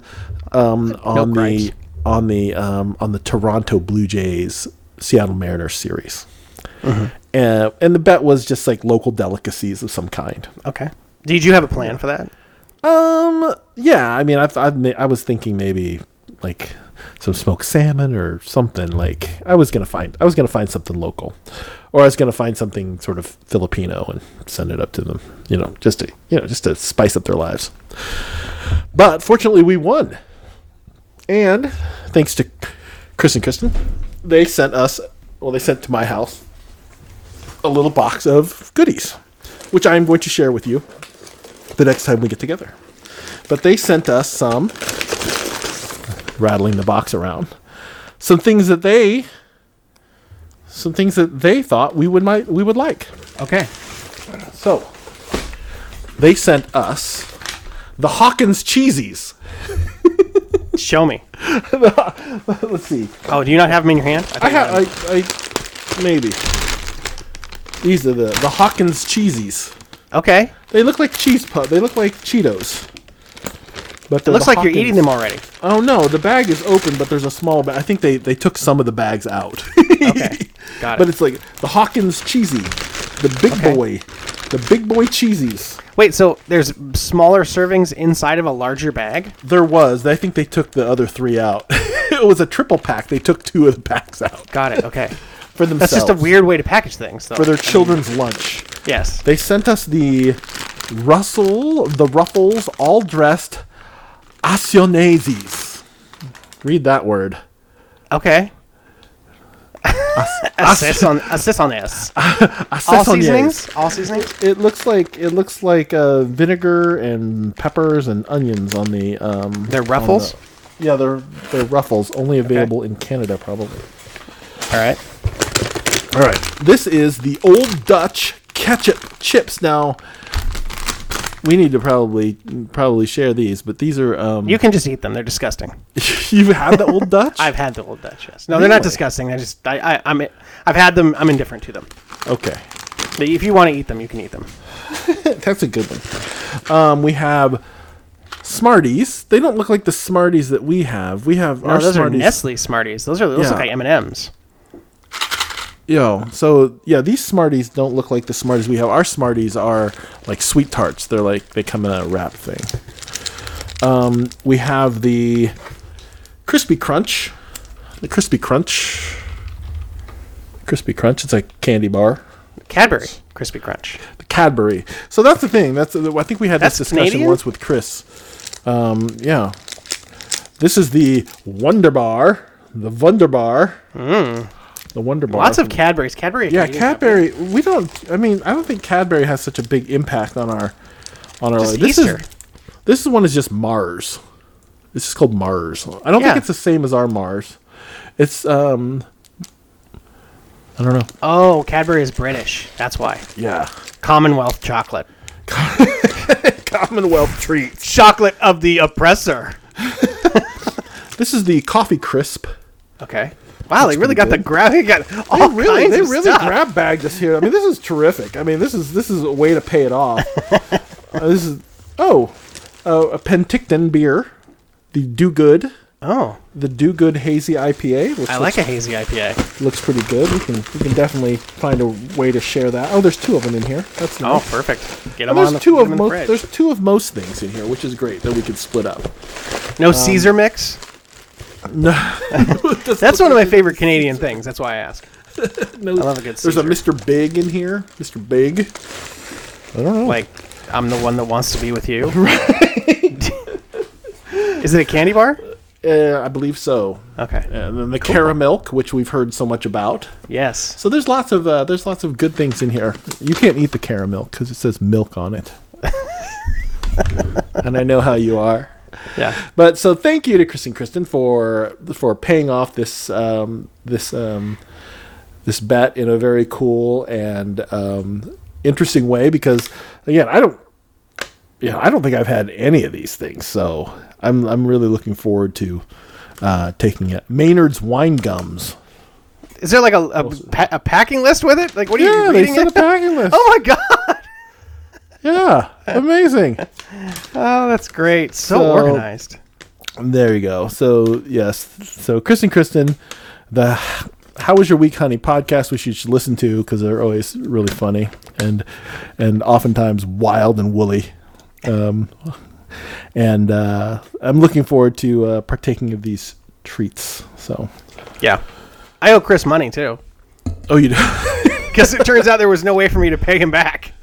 um, on
gripes.
the on the um, on the toronto blue jays seattle mariners series Uh, and the bet was just like local delicacies of some kind
Okay. Did you have a plan for that?
um. Yeah. I mean, I've, I've ma- I was thinking maybe like some smoked salmon or something. Like I was gonna find I was gonna find something local, or I was gonna find something sort of Filipino and send it up to them. You know, just to you know, just to spice up their lives. But fortunately, we won, and thanks to Chris and Kristen, they sent us. Well, they sent to my house a little box of goodies, which I am going to share with you the next time we get together. But they sent us some, rattling the box around, some things that they, some things that they thought we would might we would like.
Okay.
So they sent us the Hawkins cheesies.
Show me.
Let's see.
Oh, do you not have them in your hand? I,
I
thought you had
have
them.
I, I maybe these are the the Hawkins cheesies.
okay.
They look like cheese puff. They look like Cheetos. But
It looks like you're eating them already.
Oh no, the bag is open, but there's a small bag. I think they, they took some of the bags out.
Okay. Got
but
it.
it's like the Hawkins cheesy, the big
Okay.
boy, the big boy cheesies.
Wait, so there's smaller servings inside of a larger bag?
There was. I think they took the other three out. it was a triple pack. They took two of the packs out
Got it. Okay.
for themselves.
That's just a weird way to package things, though.
for their
I mean,
children's lunch.
yes.
They sent us the Russell, the Ruffles, all dressed Asioneses. Read that word.
Okay. Assist on assist on this. All
Asesonais.
seasonings. All seasonings.
It looks like it looks like uh, vinegar and peppers and onions on the. Um,
They're
on
ruffles?
the- yeah, they're they're ruffles. Only available in Canada, probably.
All right.
All right, this is the Old Dutch ketchup chips. Now, we need to probably probably share these, but these are um,
You
you
can just eat them. They're disgusting.
have had the Old Dutch.
I've had the old Dutch. Yes. No, they're not
Really?
disgusting. I just I, I I'm I've had them. I'm indifferent to them.
okay,
But if you want to eat them, you can eat them.
that's a good one. Um, we have Smarties. They don't look like the Smarties that we have. We have
No,
our
Oh, those
Smarties.
are Nestle Smarties. Those are those look
Yeah.
like M and M's.
Yo, so yeah, these Smarties don't look like the Smarties we have. Our Smarties are like sweet tarts. They're like they come in a wrap thing. Um, we have the crispy crunch, the crispy crunch, crispy crunch. It's a candy bar.
Cadbury Crispy Crunch.
The Cadbury. So that's the thing. That's I think we had
That's
this discussion
Canadian?
once with Chris. Um, yeah, this is the Wonder Bar, the Wonder Bar. The Wonder Bar.
Mm. Lots of Cadbury's. Cadbury.
yeah,
Canadian company.
Cadbury. We don't. I mean, I don't think Cadbury has such a big impact on our on our.
Just
this
Easter.
is this is one is just Mars. It's just called Mars. I don't
Yeah.
think it's the same as our Mars. It's um. I don't know.
Oh, Cadbury is British. That's why.
Yeah.
Commonwealth chocolate.
Commonwealth treats.
Chocolate of the oppressor.
This is the coffee crisp.
Okay. Wow, they really got the
good.
grab. They got all
Oh, really?
kinds
they
of
really
stuff.
grab bagged us here. I mean, this is terrific. I mean, this is this is a way to pay it off. Uh, this is oh, uh, a Penticton beer, the Do Good,
Oh,
the Do Good Hazy IPA, which
I
looks,
like a hazy IPA.
looks pretty good. We can we can definitely find a way to share that. Oh, there's two of them in here. That's
Oh,
nice.
perfect. Get them
And
on the,
there's two
get
of
'em in the
most.
fridge.
There's two of most things in here, which is great that we could split up.
no Caesar mix.
um, No,
That's one of my favorite Canadian things. That's why I ask.
no,
love a good
There's a Mr. Big in here. Mr. Big. I don't know.
Like, I'm the one that wants to be with you. Is it a candy bar?
Uh, I believe so.
Okay.
And then the caramilk, which we've heard so much about.
Yes.
So there's lots of uh, there's lots of good things in here. You can't eat the caramilk because it says milk on it. and I know how you are.
Yeah.
But so thank you to Chris and Kristen for for paying off this um, this um, this bet in a very cool and um, interesting way because again I don't yeah I don't think I've had any of these things so I'm I'm really looking forward to uh, taking it Maynard's wine gums
Is there like a a, pa- a packing list with it? Like, what are
yeah
you
they
reading?
sent a
it?
packing list
Oh my god!
yeah amazing
Oh, that's great. So,
So-
organized.
There you go. So yes, so Chris and Kristen, the "How Was Your Week, Honey" podcast, which you should listen to because they're always really funny and and oftentimes wild and woolly. Um, and uh, I'm looking forward to uh, partaking of these treats. So,
Yeah. I owe Chris money too.
oh, you
because it turns out there was no way for me to pay him back.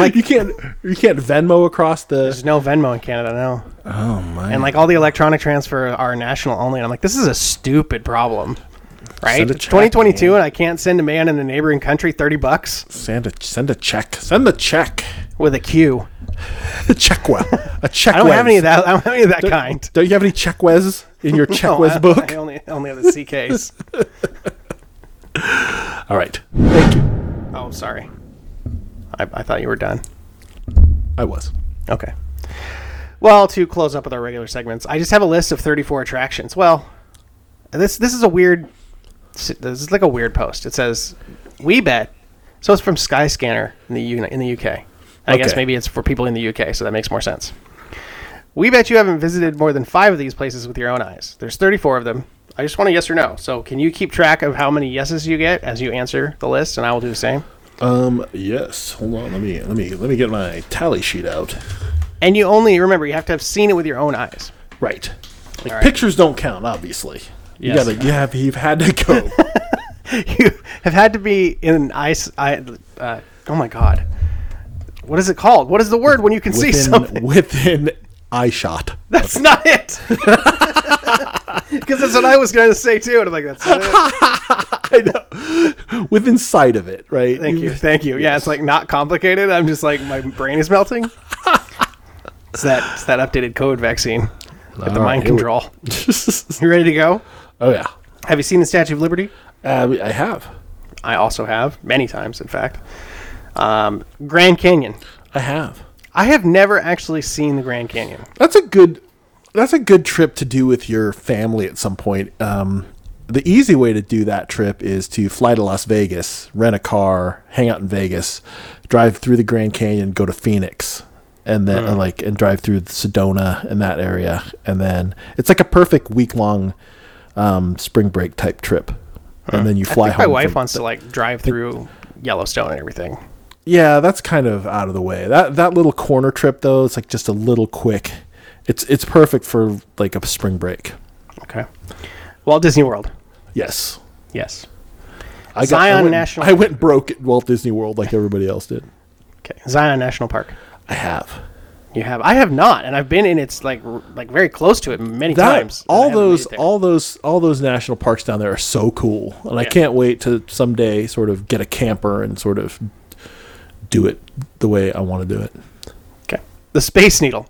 like you can't you can't Venmo across the
There's no Venmo in Canada now,
oh my
and like all the electronic transfer are national only. And I'm like, this is a stupid problem, right?
Send a
It's
check,
2022, and I can't send a man in a neighboring country 30 bucks
send a send a check send the check
with a Q.
a check well a check
I don't have any of that. I don't have any of that kind.
don't you have any checkwes in your checkwes
No, I-
book
I only only have the CKs.
All right. Thank you.
oh, sorry. I, I thought you were done.
I was.
Okay. Well, to close up with our regular segments, I just have a list of 34 attractions. Well, this this is a weird. This is like a weird post. It says, "We bet." So it's from Skyscanner in the U- in the UK. I guess
Okay.
maybe it's for people in the UK, so that makes more sense. We bet you haven't visited more than five of these places with your own eyes. There's 34 of them. I just want a yes or no. So can you keep track of how many yeses you get as you answer the list, and I will do the same.
Um. Yes. Hold on. Let me. Let me. Let me get my tally sheet out.
And you only remember you have to have seen it with your own eyes.
Right. Like
All right.
pictures don't count, obviously. You
Yes.
gotta. You have. You've had to go.
you have had to be in ice. I, uh, oh my god, what is it called? What is the word when you can see something?
within within eye shot.
That's not it. Because that's what I was going to say too, and I'm like, that's not it.
I know. Within sight of it. Right.
Thank you, thank you. Yeah, it's like not complicated. I'm just like my brain is melting. It's that it's that updated COVID vaccine. Get the
All right,
mind
here we-
control. You ready to go?
oh yeah.
Have you seen the Statue of Liberty?
Uh, I have.
I also have many times, in fact. Um, Grand Canyon.
I have.
I have never actually seen the Grand Canyon.
That's a good. That's a good trip to do with your family at some point. Um, the easy way to do that trip is to fly to Las Vegas, rent a car, hang out in Vegas, drive through the Grand Canyon, go to Phoenix, and then and like and drive through Sedona and that area, and then it's like a perfect week long um, spring break type trip, and then you
I
fly
think
home.
my wife
from-
wants to like drive through Yellowstone and everything.
yeah, that's kind of out of the way. That that little corner trip though, it's like just a little quick. It's it's perfect for like a spring break.
Okay. Walt Disney World.
Yes.
Yes.
I
Zion
I went,
National-
I went broke at Walt Disney World like everybody else did.
Okay. Zion National Park.
I have.
You have. I have not, and I've been in its like r- like very close to it many
That-
times. and I
all
haven't made
those
it there.
all those all those national parks down there are so cool, and I
Yeah.
can't wait to someday sort of get a camper and sort of do it the way I want to do it
Okay. The Space Needle.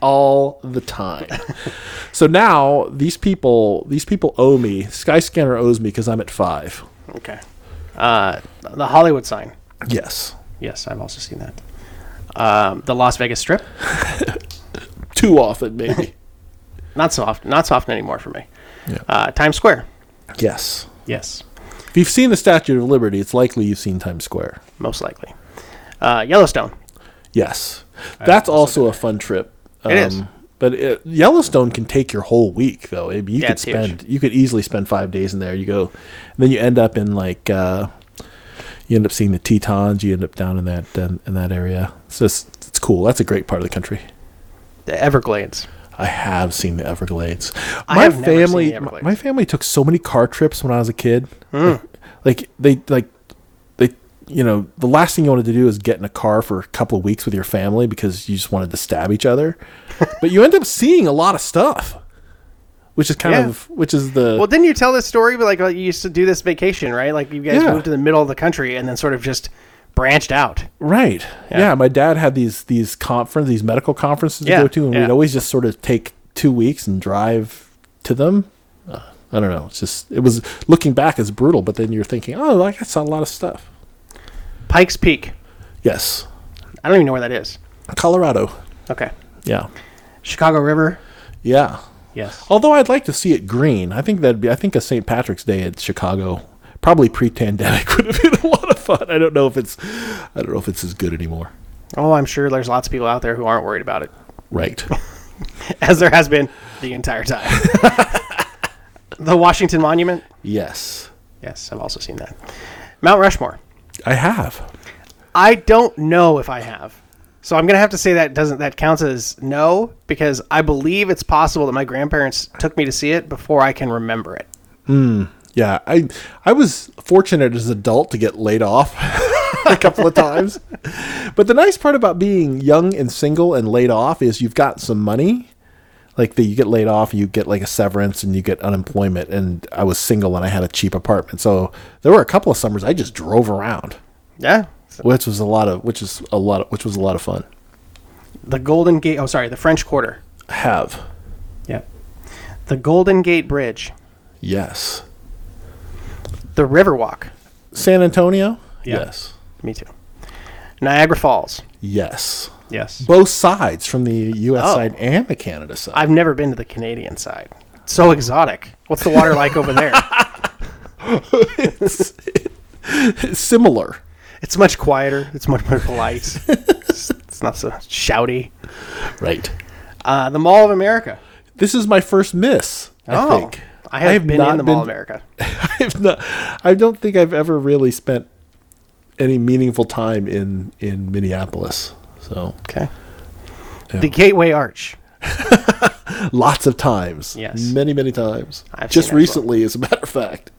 all the time. so now these people these people owe me. Skyscanner owes me because I'm at five.
Okay. Uh, the Hollywood sign.
Yes,
Yes, I've also seen that. Um, the Las Vegas Strip.
too often maybe.
Not so often. Not so often anymore for me.
Yeah.
Uh, Times Square.
yes.
Yes,
If you've seen the Statue of Liberty, it's likely you've seen Times Square.
most likely. Uh, Yellowstone.
Yes, that's also a fun trip. Um,
It is.
But it, Yellowstone can take your whole week, though. I mean, you
Yeah,
could
it's huge.
spend, you could easily spend five days in there. You go, and then you end up in like, uh, you end up seeing the Tetons. You end up down in that in, in that area. It's just, it's cool. That's a great part of the country.
The Everglades.
I have seen the Everglades.
I
my
have never seen the
family,
Everglades. Hmm.
my family took so many car trips when I was a kid. Like they, like they, you know, the last thing you wanted to do is get in a car for a couple of weeks with your family because you just wanted to stab each other. but you end up seeing a lot of stuff, which is kind
Yeah.
of, which is the
Well, didn't you tell this story? But like, like, you used to do this vacation, right? Like you guys
Yeah.
moved to the middle of the country and then sort of just branched out.
right. Yeah. my dad had these these conference, these medical conferences to
Yeah,
go to, and
yeah.
we'd always just sort of take two weeks and drive to them. Uh, I don't know. It's just it was looking back it's brutal, but then you're thinking, oh, like I saw a lot of stuff.
Pikes Peak.
Yes,
I don't even know where that is.
Colorado.
Okay.
Yeah,
Chicago River.
yeah.
Yes.
Although I'd like to see it green. I think that'd be. I think a St. Patrick's Day at Chicago, probably pre-pandemic, would have been a lot of fun. I don't know if it's. I don't know if it's as good anymore.
Oh, I'm sure there's lots of people out there who aren't worried about it,
Right.
as there has been the entire time. the Washington Monument.
yes,
Yes, I've also seen that. Mount Rushmore.
I have.
I don't know if I have. So I'm gonna have to say that doesn't that counts as no because I believe it's possible that my grandparents took me to see it before I can remember it.
Yeah, I I was fortunate as an adult to get laid off a couple of times. But the nice part about being young and single and laid off is you've got some money. Like the, you get laid off, you get like a severance and you get unemployment and I was single and I had a cheap apartment. So there were a couple of summers I just drove around,
Yeah. So
which was a lot of which is a lot of, which was a lot of fun.
the Golden Gate. Oh, sorry, the French Quarter.
Have.
Yep. The Golden Gate Bridge.
Yes.
The Riverwalk.
San Antonio?
Yeah.
Yes.
Me too. Niagara Falls.
Yes.
Yes.
Both sides from the US
Oh.
side and the Canada side.
I've never been to the Canadian side. It's so exotic. What's the water like over there?
it's similar.
It's much quieter. It's much more polite. it's, it's not so shouty.
Right.
Uh, the Mall of America.
This is my first miss. Oh. I think.
I have, been in the Mall of America.
I've not, I don't think I've ever really spent any meaningful time in in Minneapolis. So
Okay.
Yeah.
The Gateway Arch.
lots of times.
Yes.
Many many times.
I've
Just
seen that as
recently, as a matter of fact.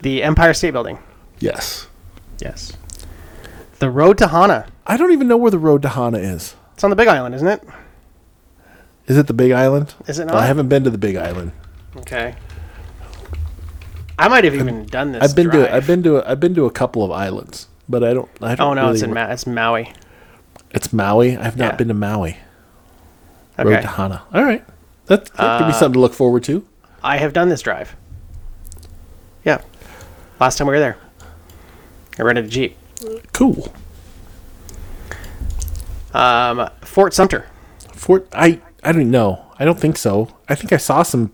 The Empire State Building.
Yes.
Yes. The Road to Hana.
I don't even know where the road to Hana is.
It's on the Big Island, isn't it?
Is it the Big Island?
Is it
I
not?
haven't been to the Big Island.
Okay. I might have even done this.
I've been
drive.
to I've been to a, I've been to a couple of islands, but I don't. I don't
Oh no, it's
really-
in Ma- it's Maui.
It's Maui. I've not
Yeah.
been to Maui. Road
Okay. Uh,
to Hana. All right. That, that could be something to look forward to.
I have done this drive. Yeah. Last time we were there, I rented a jeep.
Cool.
Um, Fort Sumter.
Fort I I don't know. I don't think so. I think I saw some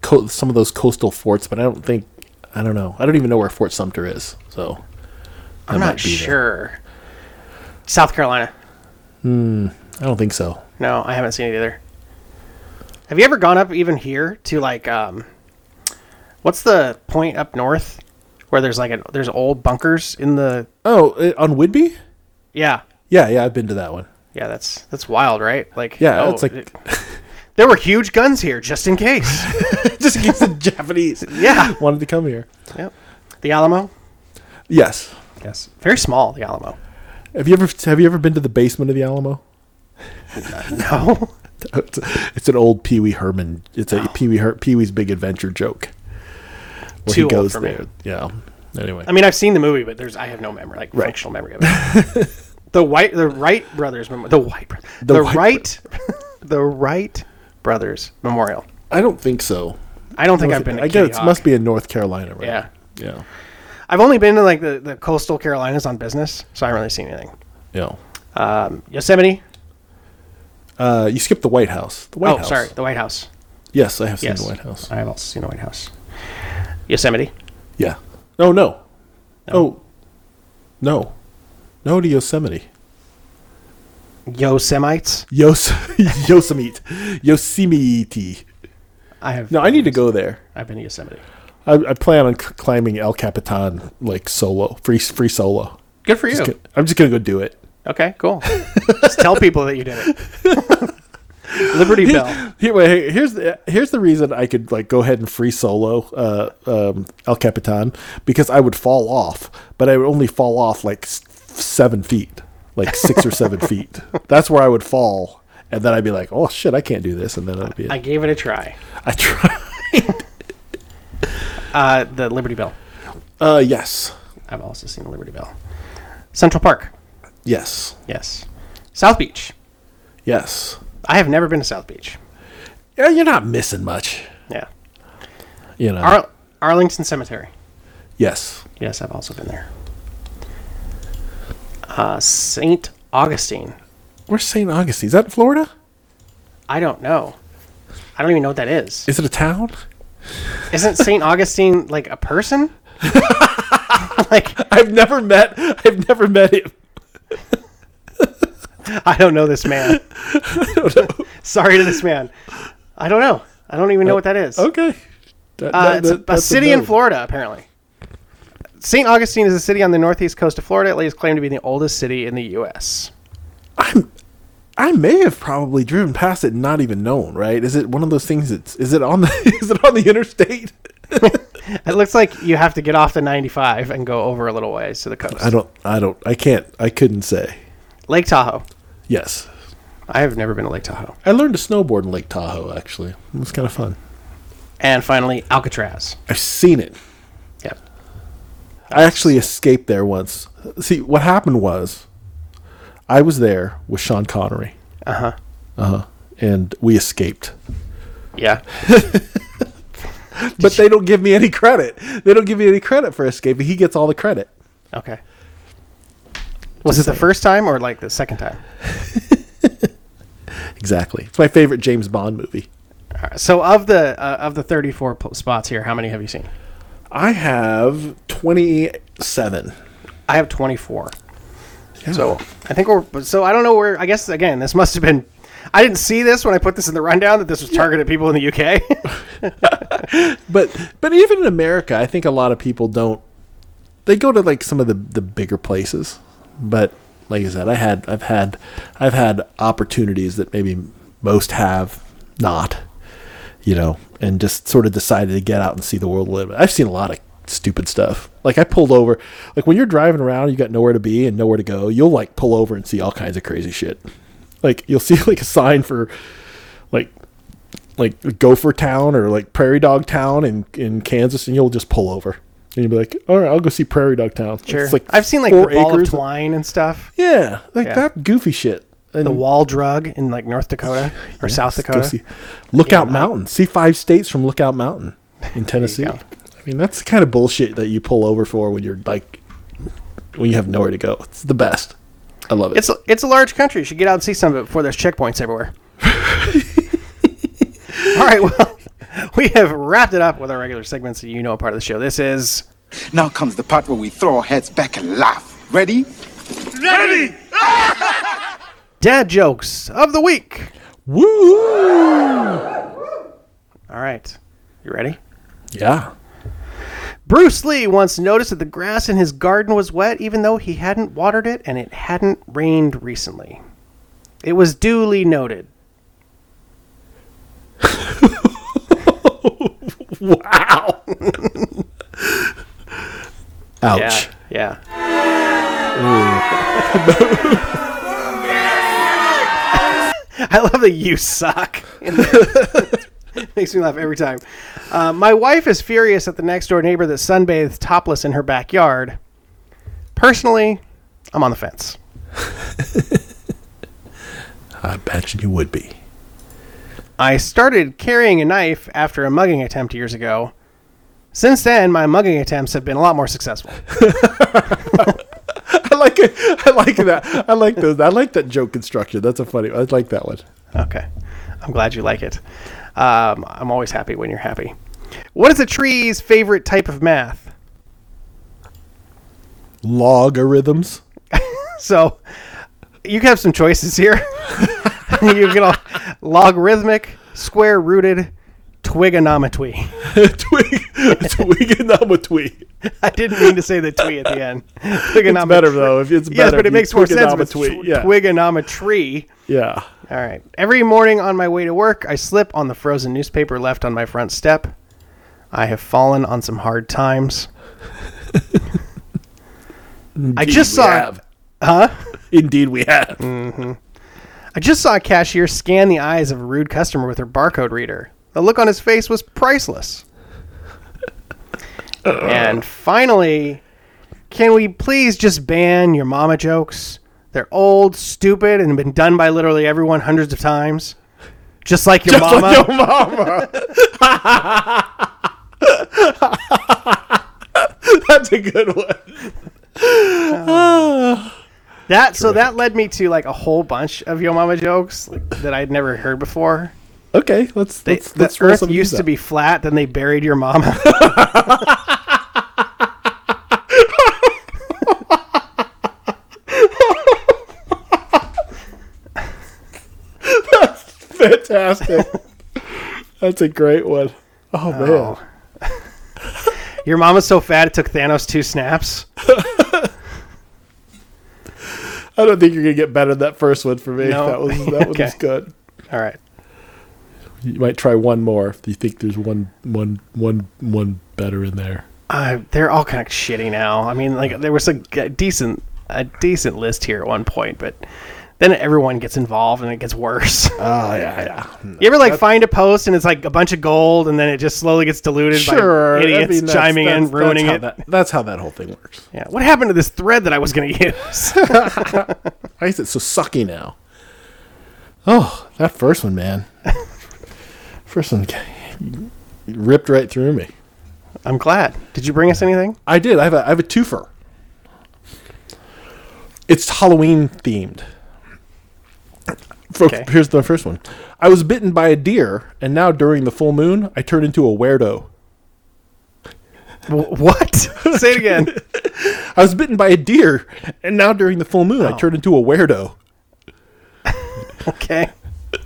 co- some of those coastal forts, but I don't think I don't know. I don't even know where Fort Sumter is. So
I'm
might
not
be there.
sure. South Carolina.
I don't think so.
No, I haven't seen it either. Have you ever gone up even here to like um what's the point up north where there's like a there's old bunkers in the
Oh, it, on Whidbey?
yeah.
Yeah, yeah, I've been to that one.
Yeah, that's that's wild, right? Like
Yeah,
oh,
it's like
it- there were huge guns here just in case.
just in case the Japanese
yeah.
wanted to come here.
Yep. The Alamo?
Yes.
Yes. Very small, the Alamo.
Have you ever have you ever been to the basement of the Alamo?
No.
It's, it's an old Pee Wee Herman. It's
Oh.
a Pee Wee Her- Pee Wee's Big Adventure joke. Where
Too old for me.
there. Yeah. Anyway.
I mean, I've seen the movie, but there's I have no memory, like functional memory of it. the White, the Wright brothers, memo- the White, bro- the,
Wright
Wright, the Wright brothers memorial.
I don't think so.
I don't think I've been. To
I guess
Kitty
it
Hawk.
must be in North Carolina, right?
Yeah.
Yeah.
I've only been to like the, the coastal Carolinas on business, so I haven't really seen anything.
Yeah.
Um, Yosemite.
Uh, you skipped the White House. The White
oh,
House.
sorry, the White House.
Yes, I have seen
Yes,
the White House.
I have also seen the White House. Yosemite.
Yeah. Oh no. Oh. No. No to Yosemite.
Yosemites.
Yos Yosemite. Yosemite.
I have.
No, I need to go there.
I've been to Yosemite.
I, I plan on c- climbing El Capitan like solo, free free solo.
Good for you.
Just gonna- I'm just gonna go do it.
Okay, cool. Just tell people that you did it. Liberty Bell.
Here, wait, hey, here's the here's the reason I could like go ahead and free solo uh, um, El Capitan because I would fall off, but I would only fall off like s- seven feet, like six or seven feet. That's where I would fall, and then I'd be like, "Oh shit, I can't do this," and then I'd be,
I
I,
gave it a try.
try.
Uh, the Liberty Bell.
Uh, yes,
I've also seen the Liberty Bell. Central Park.
yes,
Yes. South Beach.
yes.
I have never been to South Beach.
Yeah, you're not missing much,
Yeah.
you know.
Ar- Arlington Cemetery.
yes,
Yes, I've also been there. Uh, St. Augustine.
where's St. Augustine? Is that in Florida?
I don't know. I don't even know what that is.
Is it a town?
Isn't St. Augustine like a person? like,
I've never met. I've never met him.
I don't know this man. Sorry to this man. I don't know. I don't even know what that is.
Okay. That-
Uh,
that-
it's a,
that-
a
that's
city in
no.
Florida, apparently. St. Augustine is a city on the northeast coast of Florida. It lays claim to be the oldest city in the U.S.
I may have probably driven past it and not even known, right? Is it one of those things that's is it on the is it on the interstate?
It looks like you have to get off the 95 and go over a little ways to the coast.
I don't I don't I can't I couldn't say.
Lake Tahoe.
Yes.
I have never been to Lake Tahoe.
I learned to snowboard in Lake Tahoe actually. It was kind of fun.
And finally, Alcatraz.
I've seen it.
Yep.
I actually escaped there once. See, what happened was I was there with Sean Connery.
Uh huh.
Uh-huh. And we escaped.
Yeah.
But they don't give me any credit. They don't give me any credit for escaping. He gets all the credit.
Okay. Was it the first time or like the second time?
Exactly. It's my favorite James Bond movie.
All right. So of the uh, of the 34 po- spots here, how many have you seen?
I have 27.
I have 24.
So
I think we're so I don't know where I guess again this must have been I didn't see this when I put this in the rundown that this was targeted at people in the UK.
but but even in America, I think a lot of people don't they go to like some of the the bigger places. But like I said, I had I've had I've had opportunities that maybe most have not, you know, and just sort of decided to get out and see the world a little bit. I've seen a lot of stupid stuff. Like I pulled over like when you're driving around, you got nowhere to be and nowhere to go, you'll like pull over and see all kinds of crazy shit. Like you'll see like a sign for like like Gopher Town or like Prairie Dog Town in, in Kansas, and you'll just pull over and you'll be like, "All right, I'll go see Prairie Dog Town."
sure.
It's like
I've seen like the
four
ball of
acres.
twine and stuff,
yeah, like
Yeah.
that goofy shit. And
the wall drug in like North Dakota or South
just Mm. go
Dakota.
see Lookout Mountain. See five states from Lookout Mountain in Tennessee.
go.
I mean, that's the kind of bullshit that you pull over for when you're like when you have nowhere to go. It's the best. I love it.
It's it's a large country. You should get out and see some of it before there's checkpoints everywhere. All right, well, we have wrapped it up with our regular segments. You know, a part of the show. This is
Now comes the part where we throw our heads back and laugh. Ready?
dad jokes of the week.
woo.
All right, you ready?
Yeah.
Bruce Lee once noticed that the grass in his garden was wet, even though he hadn't watered it and it hadn't rained recently. It was duly noted.
Wow. Ouch.
Yeah, yeah. I love that you suck. in there. Makes me laugh every time. Uh, my wife is furious at the next door neighbor that sunbathes topless in her backyard. Personally, I'm on the fence.
I imagine you would be.
I started carrying a knife after a mugging attempt years ago. Since then, my mugging attempts have been a lot more successful.
I like it. I like that. I like those. I like that joke construction. That's a funny. I like that one.
Okay. I'm glad you like it. Um, I'm always happy when you're happy. What is a tree's favorite type of math?
Logarithms.
So you have some choices here. you can all logarithmic, square rooted, twigonometry.
twig, twig, and I'm a twig.
I didn't mean to say the twee at the end.
It's better though. If it's better,
Yes, but it
if
makes
you
more
twig
sense
I'm a
with
twig.
tw-
Yeah.
twigonometry.
yeah.
All right. Every morning on my way to work, I slip on the frozen newspaper left on my front step. I have fallen on some hard times. I just Mm.
we
saw
have. Huh? Indeed, we have.
I just saw a cashier scan the eyes of a rude customer with her barcode reader. The look on his face was priceless. and finally, can we please just ban your mama jokes? They're old, stupid, and been done by literally everyone hundreds of times. Just like your
Just like
mama.
your mama. That's a good one.
That so that led me to like a whole bunch of Yo Mama jokes like, that I'd never heard before.
Okay, let's
They,
let's, let's
the
roll
Earth
some of
used
these
to
out.
be flat, then they buried your mama.
fantastic. That's a great one. Oh, man,
your mama's so fat it took Thanos two snaps.
I don't think you're gonna get better than that first one for me.
No?
That was that one
Okay.
was good.
All right,
You might try one more if you think there's one one one one better in there.
uh, they're all kind of shitty now. I mean, like there was a, g- decent a decent list here at one point, but then everyone gets involved and it gets worse.
Oh yeah, yeah.
you ever like find a post and it's like a bunch of gold, and then it just slowly gets diluted
Sure,
by
I
idiots
mean, that's-
chiming
that's-
in, ruining
that's
it.
how that- that's how that whole thing works.
yeah, what happened to this thread that I was going to use?
Why is it so sucky now? Oh, that first one, man. first one ripped right through me.
I'm glad. Did you bring us anything?
I did. I have a I have a twofer. It's Halloween themed. For,
Okay.
Here's the first one. I was bitten by a deer, and now during the full moon, I turned into a weirdo.
W- what? Say it again.
I was bitten by a deer, and now during the full
Oh.
moon, I turned into a weirdo.
Okay.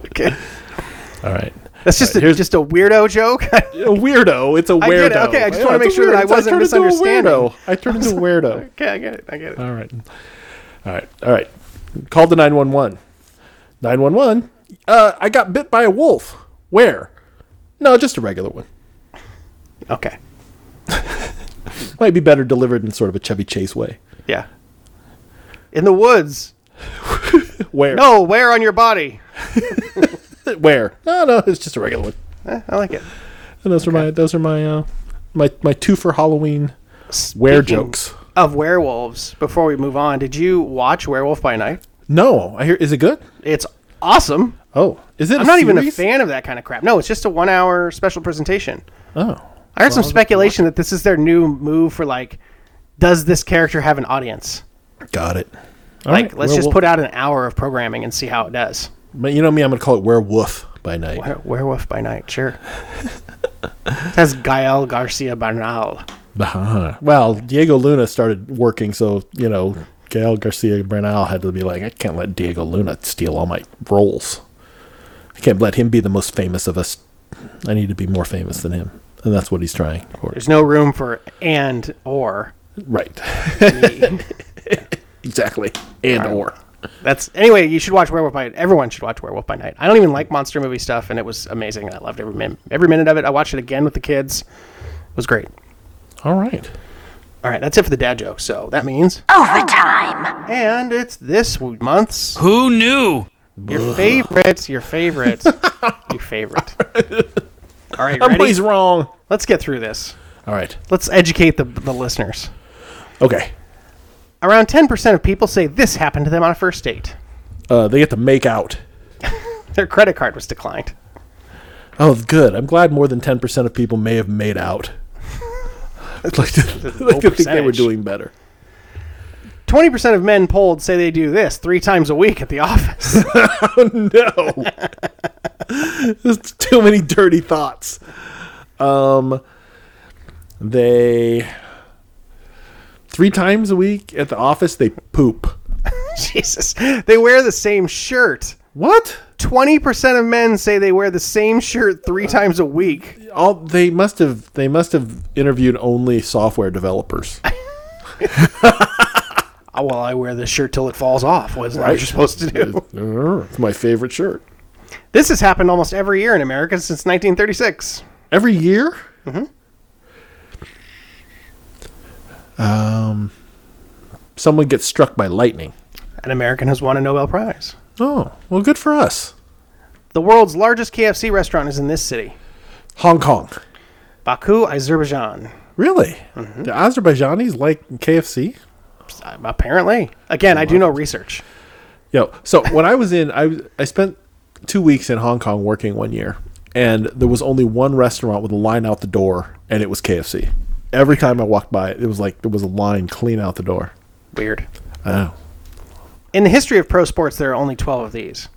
Okay.
All right.
That's just a,
here's-
just a weirdo joke.
A weirdo. It's a
I
weirdo.
get it. Okay, I just
Yeah,
wanna make
it's a
sure that I
it's-
wasn't
turned into a
misunderstanding.
weirdo. I turned into a weirdo.
okay, I get it. I get it.
All right. All right. All right. Call the 911. 911. Uh, I got bit by a wolf. Where? No, just a regular one.
Okay.
Might be better delivered in sort of a Chevy Chase way.
Yeah. In the woods.
Where?
No, where on your body?
Where? No, no, it's just a regular one.
Eh, I like it.
And those are my those are my uh my my two for Halloween
Speaking
wear jokes.
of werewolves. Before we move on, did you watch Werewolf by Night?
No, I hear is it good?
It's awesome.
Oh, is it?
I'm
a
not even a
series?
fan of that kind of crap. No, it's just a one-hour special presentation.
Oh,
I heard some speculation that this is their new move for like, does this character have an audience?
got it.
like, let's just put out an hour of programming and see how it does.
But you know me, I'm gonna call it werewolf by night.
Were- Werewolf by Night, sure. it has Gael Garcia Bernal.
Uh-huh. Well, Diego Luna started working, so you know Gael Garcia Bernal had to be like, I can't let Diego Luna steal all my roles. I can't let him be the most famous of us. I need to be more famous than him, and that's what he's trying for.
There's no room for and or.
Right. exactly. And or.
That's anyway. You should watch Werewolf by. Everyone should watch Werewolf by Night. I don't even like monster movie stuff, and it was amazing. I loved every min- every minute of it. I watched it again with the kids. It was great.
All right.
All right, that's it for the dad joke. So that means
Overtime.
and it's this month's
Who knew?
Your favorites, your favorites, your favorite. All right,
I'm
ready?
always wrong.
Let's get through this.
All right.
Let's educate the, the listeners.
Okay.
Around 10% of people say this happened to them on a first date.
Uh, they get to make out.
Their credit card was declined.
Oh, good. I'm glad more than 10% of people may have made out. I'd like to, I'd like to think they were
percentage.
doing better.
20% of men polled say they do this three times a week at the office.
no. There's too many dirty thoughts. Um, they three times a week at the office they poop.
Jesus. They wear the same shirt.
What?
20% of men say they wear the same shirt three times a week.
All they must have they must have interviewed only software developers.
Oh, well, I wear this shirt till it falls off. What's what you're supposed to do?
Uh, it's my favorite shirt.
This has happened almost every year in America since 1936.
Every year? Um, Um, someone gets struck by lightning.
An American has won a Nobel Prize.
Oh, well, good for us.
The world's largest KFC restaurant is in this city,
Hong Kong.
Baku, Azerbaijan.
Really? The Azerbaijanis like KFC?
Uh, Apparently. Again, I do no research.
Yo, so when I was in, I, was- I spent two weeks in Hong Kong working one year, and there was only one restaurant with a line out the door, and it was KFC. Every time I walked by, it was like there was a line clean out the door.
Weird.
Oh.
In the history of pro sports, there are only 12 of these.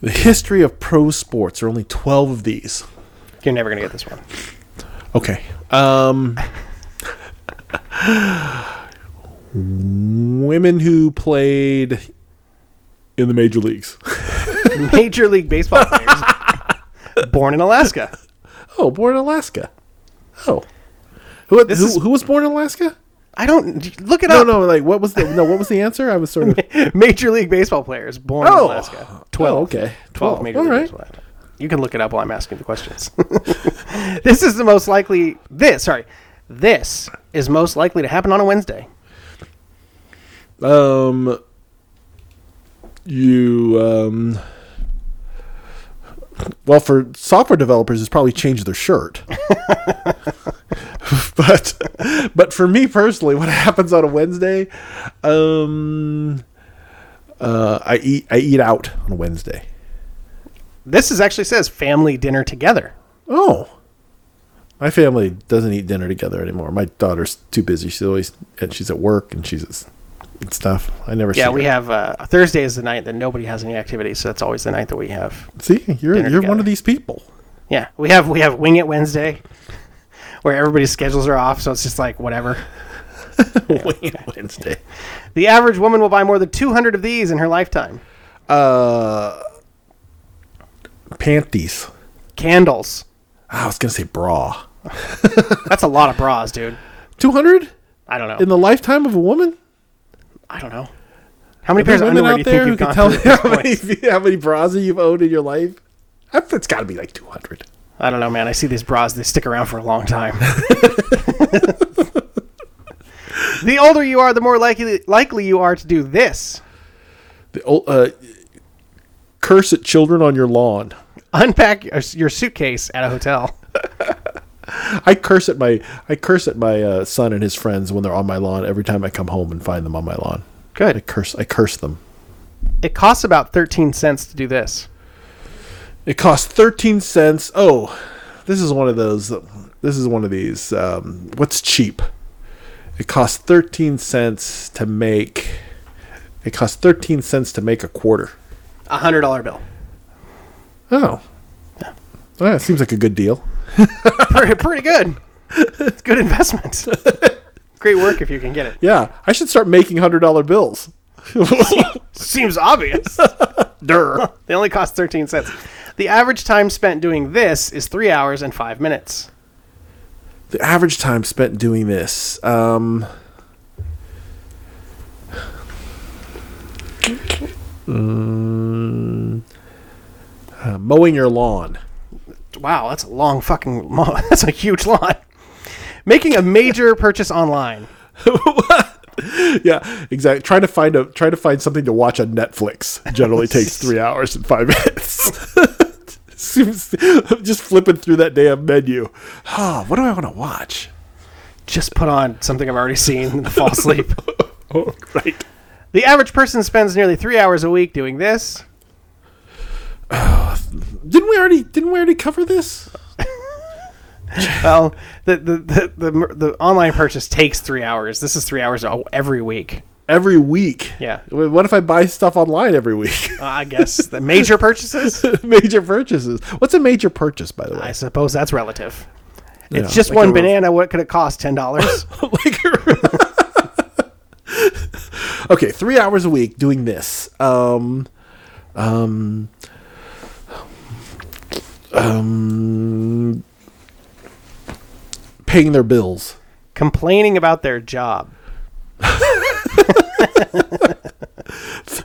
The history of pro sports are only 12 of these.
You're never going to get this one.
Okay. Um, women who played in the major leagues.
Major League Baseball players born in Alaska.
Oh, born in Alaska. Oh, who who,
is-
who was born in Alaska?
I don't look it
No,
up.
no. Like, what was the no? What was the answer? I was sort of
Major League Baseball players born in
oh,
Alaska.
twelve. okay,
12
All right.
Major League Baseball. players. You can look it up while I'm asking the questions. this is the most likely. This, sorry, this is most likely to happen on a Wednesday.
Um, you um. Well, for software developers, it's probably changed their shirt. but, but for me personally, what happens on a Wednesday, um, uh, I eat I eat out on a Wednesday.
This is actually says family dinner together.
Oh, my family doesn't eat dinner together anymore. My daughter's too busy. She's always and she's at work and she's at, and stuff. I never.
Yeah,
see
we
her.
have uh, Thursday is the night that nobody has any activity, so that's always the night that we have.
See, you're you're
dinner
one
together.
of these people.
Yeah, we have we have Wing It Wednesday, where everybody's schedules are off, so it's just like whatever.
Wednesday.
The average woman will buy more than 200 of these in her lifetime.
Uh, panties. Ah,
Candles.
I was gonna say bra.
That's a lot of bras, dude.
Two hundred
I don't know.
in the lifetime of a woman.
I don't know. How many
There's
pairs of
women
underwear do you
out
think
there who
you've
can
gone
tell
through
me
at this
how many
point?
how many bras that you've owned in your life. That's it's got to be like two hundred.
I don't know, man. I see these bras; they stick around for a long time. the older you are, the more likely likely you are to do this.
The old uh, curse at children on your lawn.
Unpack your- your suitcase at a hotel.
I curse at my I curse at my uh, son and his friends when they're on my lawn every time I come home and find them on my lawn. I
Good.
curse I curse them.
It costs about 13 cents to do this.
It costs thirteen cents. Oh, this is one of those. This is one of these. Um, what's cheap? It costs thirteen cents to make. It costs thirteen cents to make a quarter.
A hundred dollar bill.
Oh, yeah. That seems like a good deal.
pretty, pretty good. It's good investment. Great work if you can get it.
Yeah, I should start making hundred dollar bills.
Seems obvious.
Durr.
They only cost 13 cents. The average time spent doing this is three hours and five minutes.
the average time spent doing this um mm, uh, mowing your lawn
Wow, that's a long fucking. Mo- that's a huge lot. Making a major purchase online.
yeah, exactly. Trying to find a trying to find something to watch on Netflix generally takes three hours and five minutes. Seems- I'm just flipping through that damn menu. Ah, what do I want to watch?
Just put on something I've already seen and fall asleep.
Oh, right.
The average person spends nearly three hours a week doing this.
Didn't we already didn't we already cover this?
Well, the the, the, the, the online purchase takes three hours. This is three hours o- every week.
Every week.
Yeah.
Wh- What if I buy stuff online every week?
Uh, I guess the major purchases.
major purchases. What's a major purchase, by the way?
I suppose that's relative. It's
Yeah,
just
like
one
a-
banana. What could it cost? Ten dollars.
Like- okay, three hours a week doing this. Um, um, um, paying their bills.
Complaining about their job.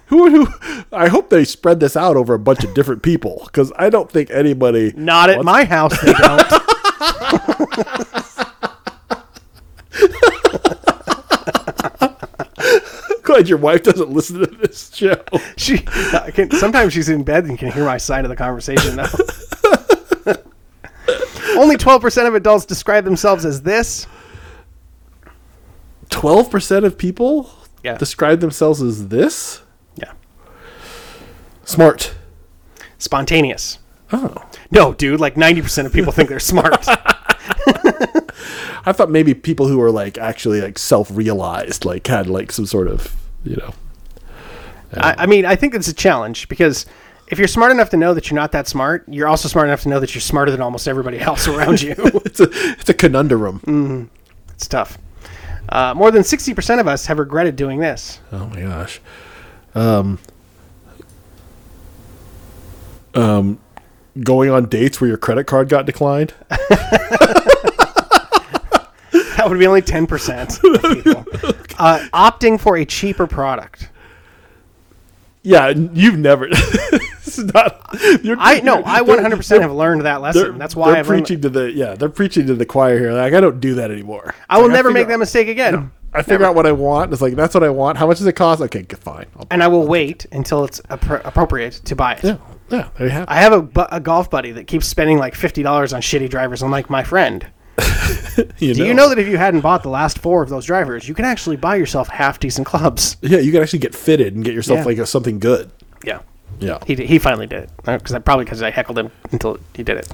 Who, who? I hope they spread this out over a bunch of different people because I don't think anybody.
Not at my house. They don't.
Glad your wife doesn't listen to this show.
she I can, sometimes she's in bed and can hear my side of the conversation though. Only twelve percent of adults describe themselves as this.
Twelve percent of people
Yeah.
describe themselves as this
Yeah.
smart.
Spontaneous.
Oh.
No, dude. Like ninety percent of people think they're smart.
I thought maybe people who were like actually like self-realized, like had like some sort of you know.
I, I mean, I think it's a challenge because if you're smart enough to know that you're not that smart, you're also smart enough to know that you're smarter than almost everybody else around you.
It's a it's a conundrum.
Mm. it's tough. Uh, more than 60% of us have regretted doing this.
Oh my gosh. Um. Um. Going on dates where your credit card got declined.
That would be only 10% of people. Uh, opting for a cheaper product.
Yeah, n- you've never. it's not. You're,
I no,
you're-
I
they're-
100% have learned that
They're,
lesson. That's
they're
why I've learned-
preaching to the yeah. They're preaching to the choir here. Like I don't do that anymore.
I will
Like,
never
figure
make that
out-
mistake again.
I figure out what I want. and It's like that's what I want. How much does it cost? Okay, g- fine. I'll,
And I will wait until it's appro appropriate to buy it.
yeah, yeah. There you have. it.
I have a, bu- a golf buddy that keeps spending like $50 on shitty drivers. I'm like, my friend, Do you know that if you hadn't bought the last four of those drivers, you can actually buy yourself half decent clubs?
Yeah, you can actually get fitted and get yourself
Yeah.
like a, something good.
Yeah.
Yeah.
He, he finally did it because I probably because I heckled him until he did it.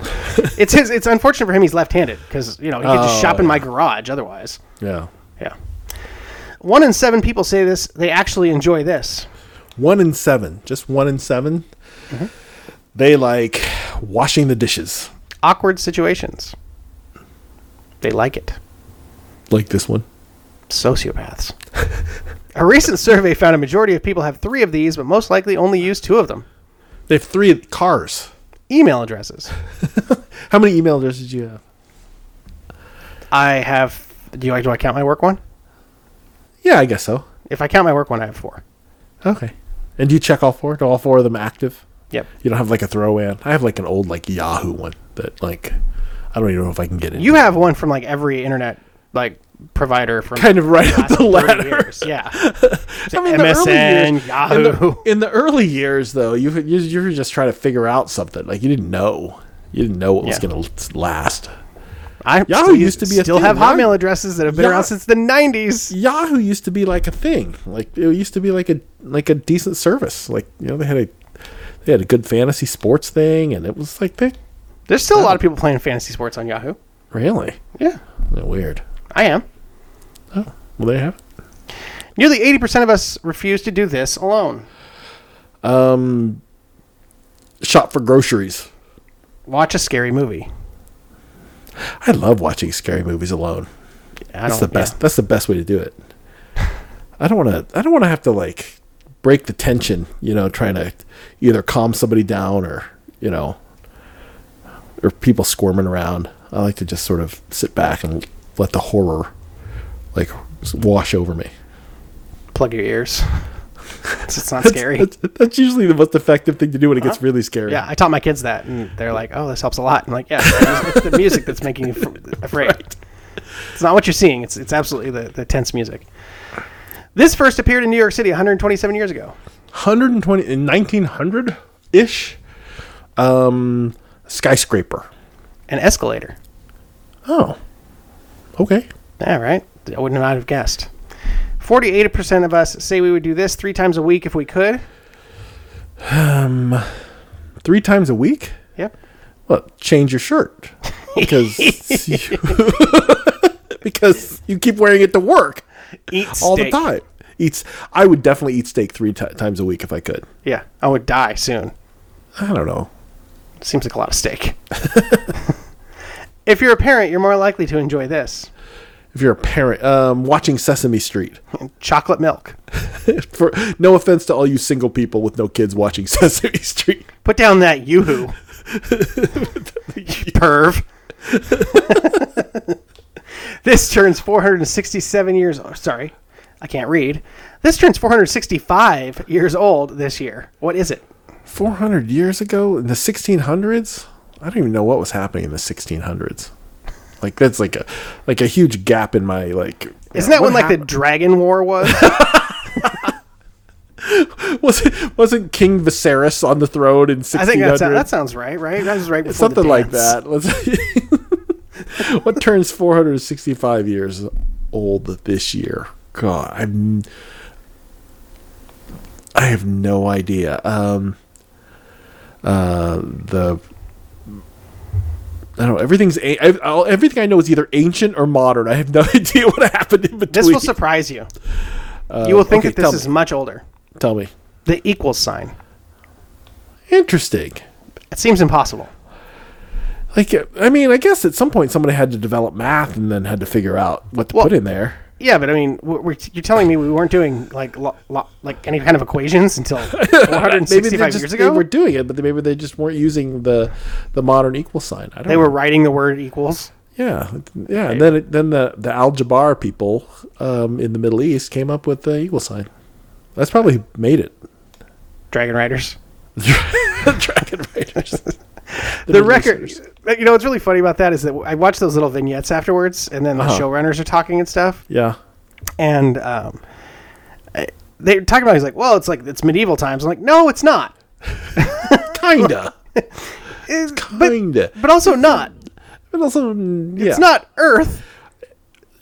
it's his. It's unfortunate for him. He's left-handed because you know he could just
Oh,
shop in
yeah.
my garage otherwise.
yeah.
Yeah. One in seven people say this. They actually enjoy this.
One in seven, just one in 7 Mm-hmm. They like washing the dishes,
Awkward situations. They like it.
like this one.
Sociopaths. a recent survey found a majority of people have three of these, but most likely only use two of them.
They have three cars.
Email addresses.
How many email addresses do you have?
I have. Do you like? Do I count my work one?
Yeah, I guess so.
If I count my work one, I have four.
Okay. And do you check all four? Do all four of them active?
Yep.
You don't have like a throwaway. on- I have like an old like Yahoo one that like I don't even know if I can get in.
You have one from like every internet like provider from
kind of right
last
up the
30
ladder.
Years. Yeah.
I mean, the early
MSN,
years-
Yahoo.
In the, in the early years, though, you, you you were just trying to figure out something. Like you didn't know, you didn't know what was
Yeah.
going to last.
I
Yahoo
still,
used to be a
still
thing,
have
right?
Hotmail addresses that have been
Yah-
around since the nineties.
Yahoo used to be like a thing. Like it used to be like a like a decent service. Like you know, they had a they had a good fantasy sports thing, and it was like they
There's still a lot of people playing fantasy sports on Yahoo.
really
Yeah,
Yeah, weird.
I am.
Well, they have
Nearly eighty percent of us refuse to do this alone.
um shop for groceries.
Watch a scary movie.
I love watching scary movies alone.
I
That's
don't-
the
yeah.
best. That's the best way to do it. I don't want to. I don't want to have to like break the tension. You know, trying to either calm somebody down or you know, or people squirming around. I like to just sort of sit back and let the horror like wash over me.
Plug your ears. it's, it's not scary. Uh-huh.
That's, that's usually the most effective thing to do when it gets really scary.
Yeah, I taught my kids that, and they're like, "Oh, this helps a lot." I'm like, "Yeah, it's it's the music that's making you fr- afraid. It's not what you're seeing. It's it's absolutely the, the tense music." This first appeared in New York City 127 years ago.
120 in 1900 ish. Um, skyscraper.
An escalator.
Oh, okay.
All right. I would not have guessed. 48% of us say we would do this three times a week if we could.
Three times a week.
Yep.
Well, change your shirt because you, because you keep wearing it to work
Eat
all
steak.
the time. Eats. I would definitely eat steak three ti times a week if I could.
Yeah. I would die soon.
I don't know.
Seems like a lot of steak. if you're a parent, you're more likely to enjoy this
If you're a parent, um, watching Sesame Street.
chocolate milk.
For no offense to all you single people with no kids watching Sesame Street.
Put down that yoo-hoo. Perv. this turns 467 years oh, sorry. I can't read. This turns 465 years old this year. What is it?
400 years ago in the 1600s i don't even know what was happening in the 1600s like that's like a like a huge gap in my like
Isn't that when
what
like the
hap-
Dragon War was?
was it wasn't king viserys on the throne in 1600s
I think that, sound- that sounds right, right? That was right before the
something like
dance.
that Let's- what turns 465 years old this year god i'm i have no idea um uh the I don't know. Everything's a- I, all, everything I know is either ancient or modern. I have no idea what happened in between.
This will surprise you. you will think
e-, uh, okay,
that this
tell
is
me.
much older.
Tell me.
The equals sign.
Interesting.
It seems impossible.
Like, I mean, I guess at some point somebody had to develop math and then had to figure out what to put in there.
Yeah, but I mean, we we're, you're telling me we weren't doing like lo, lo, like any kind of equations until 465
just,
years
They
ago.
were doing it, but they, maybe they just weren't using the the modern equal sign. I don't
They
know.
were writing the word equals.
yeah, yeah. And then it, then the the Al Jabbar people um, in the Middle East came up with the equal sign. That's probably who made it.
Dragon Riders.
Dragon Raiders.
The record. uh, You know what's really funny about that is that I watched those little vignettes afterwards, and then the
Uh-huh.
showrunners are talking and stuff,
Yeah.
and um, I- they're talking about. He's like, "Well, it's like it's medieval times." I'm like, "No, it's not."
Kinda.
It's- but
Kinda.
but also not.
But also, mm, yeah.
It's not Earth.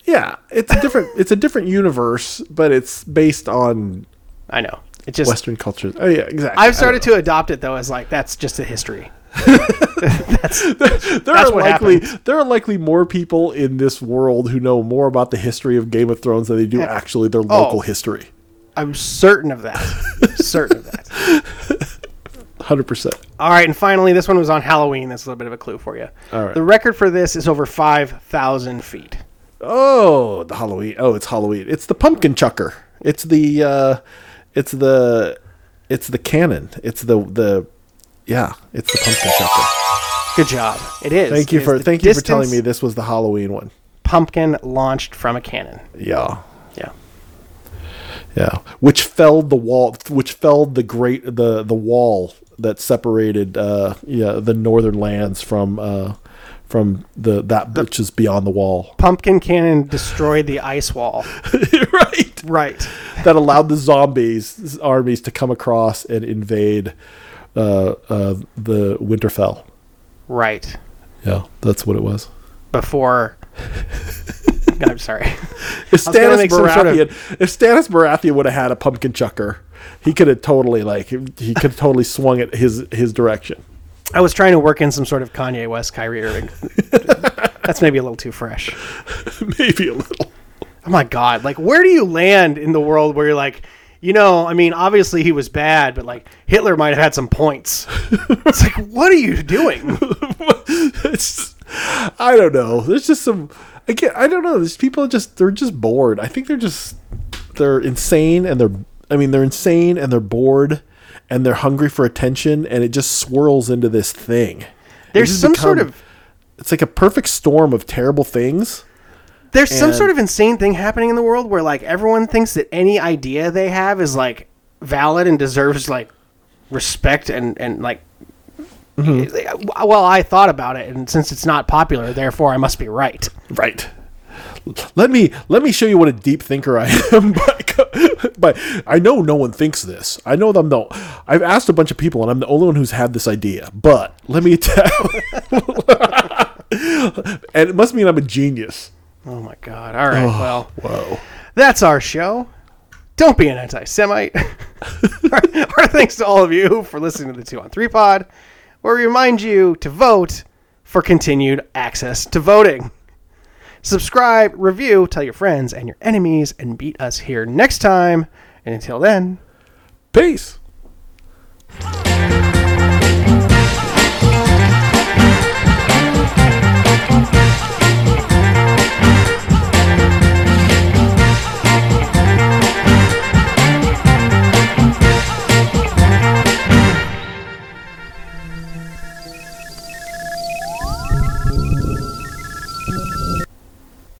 Yeah, it's a different. it's a different universe, but it's based on
I know. It just
Western culture. Oh yeah, exactly. I
I've
don't
started
know.
to adopt it though as like that's just a history.
there
That's
are
what
likely
happens.
there are likely more people in this world who know more about the history of Game of Thrones than they do actually their local history.
I'm certain of that. certain of that.
Hundred percent.
All right, and finally, this one was on Halloween. That's a little bit of a clue for you.
All right.
The record for this is over five thousand feet.
Oh, the Halloween. Oh, it's Halloween. It's the pumpkin chucker. It's the uh, it's the it's the cannon. It's the the yeah. It's the pumpkin chucker.
Good job. It is.
Thank you
It is
for
the
thank you for telling me
distance
this was the Halloween one.
Pumpkin launched from a cannon.
Yeah.
Yeah.
Yeah, which felled the wall, which felled the great the the wall that separated uh yeah the northern lands from uh from the that which is beyond the wall.
Pumpkin cannon destroyed the ice wall.
right.
Right.
That allowed the zombies armies to come across and invade uh uh the Winterfell.
Right.
Yeah, that's what it was.
Before. I'm sorry.
If
was gonna
Stannis
make some
Baratheon,
sort of-
if Stannis Baratheon would have had a pumpkin chucker, he could have totally like he could have totally swung it his his direction.
I was trying to work in some sort of Kanye West, Kyrie Irving. That's maybe a little too fresh.
Maybe a little.
Oh my god! Like, where do you land in the world where you're like, you know, I mean, obviously he was bad, but like Hitler might have had some points. it's like, what are you doing?
it's just- I don't know. There's just some again. I don't know. There's people just they're just bored. I think they're just they're insane and they're I mean they're insane and they're bored and they're hungry for attention and it just swirls into this thing. It
There's
just
some sort
become-
of-
it's like a perfect storm of terrible things.
There's some
And-
sort of insane thing happening in the world where like everyone thinks that any idea they have is like valid and deserves like respect and and like. eh, Well, I thought about it, and since it's not popular, therefore I must be right.
Right. Let me let me show you what a deep thinker I am by but I know no one thinks this. I know that I'm the. I've asked a bunch of people, and I'm the only one who's had this idea. But let me tell. and it must mean I'm a genius.
Oh my god. All right. well,
Whoa.
that's our show. Don't be an anti Semite. our, our thanks to all of you for listening to the 2 on 3 pod, where we remind you to vote for continued access to voting. Subscribe, review, tell your friends and your enemies, and beat us here next time. And until then,
Peace.
Oh!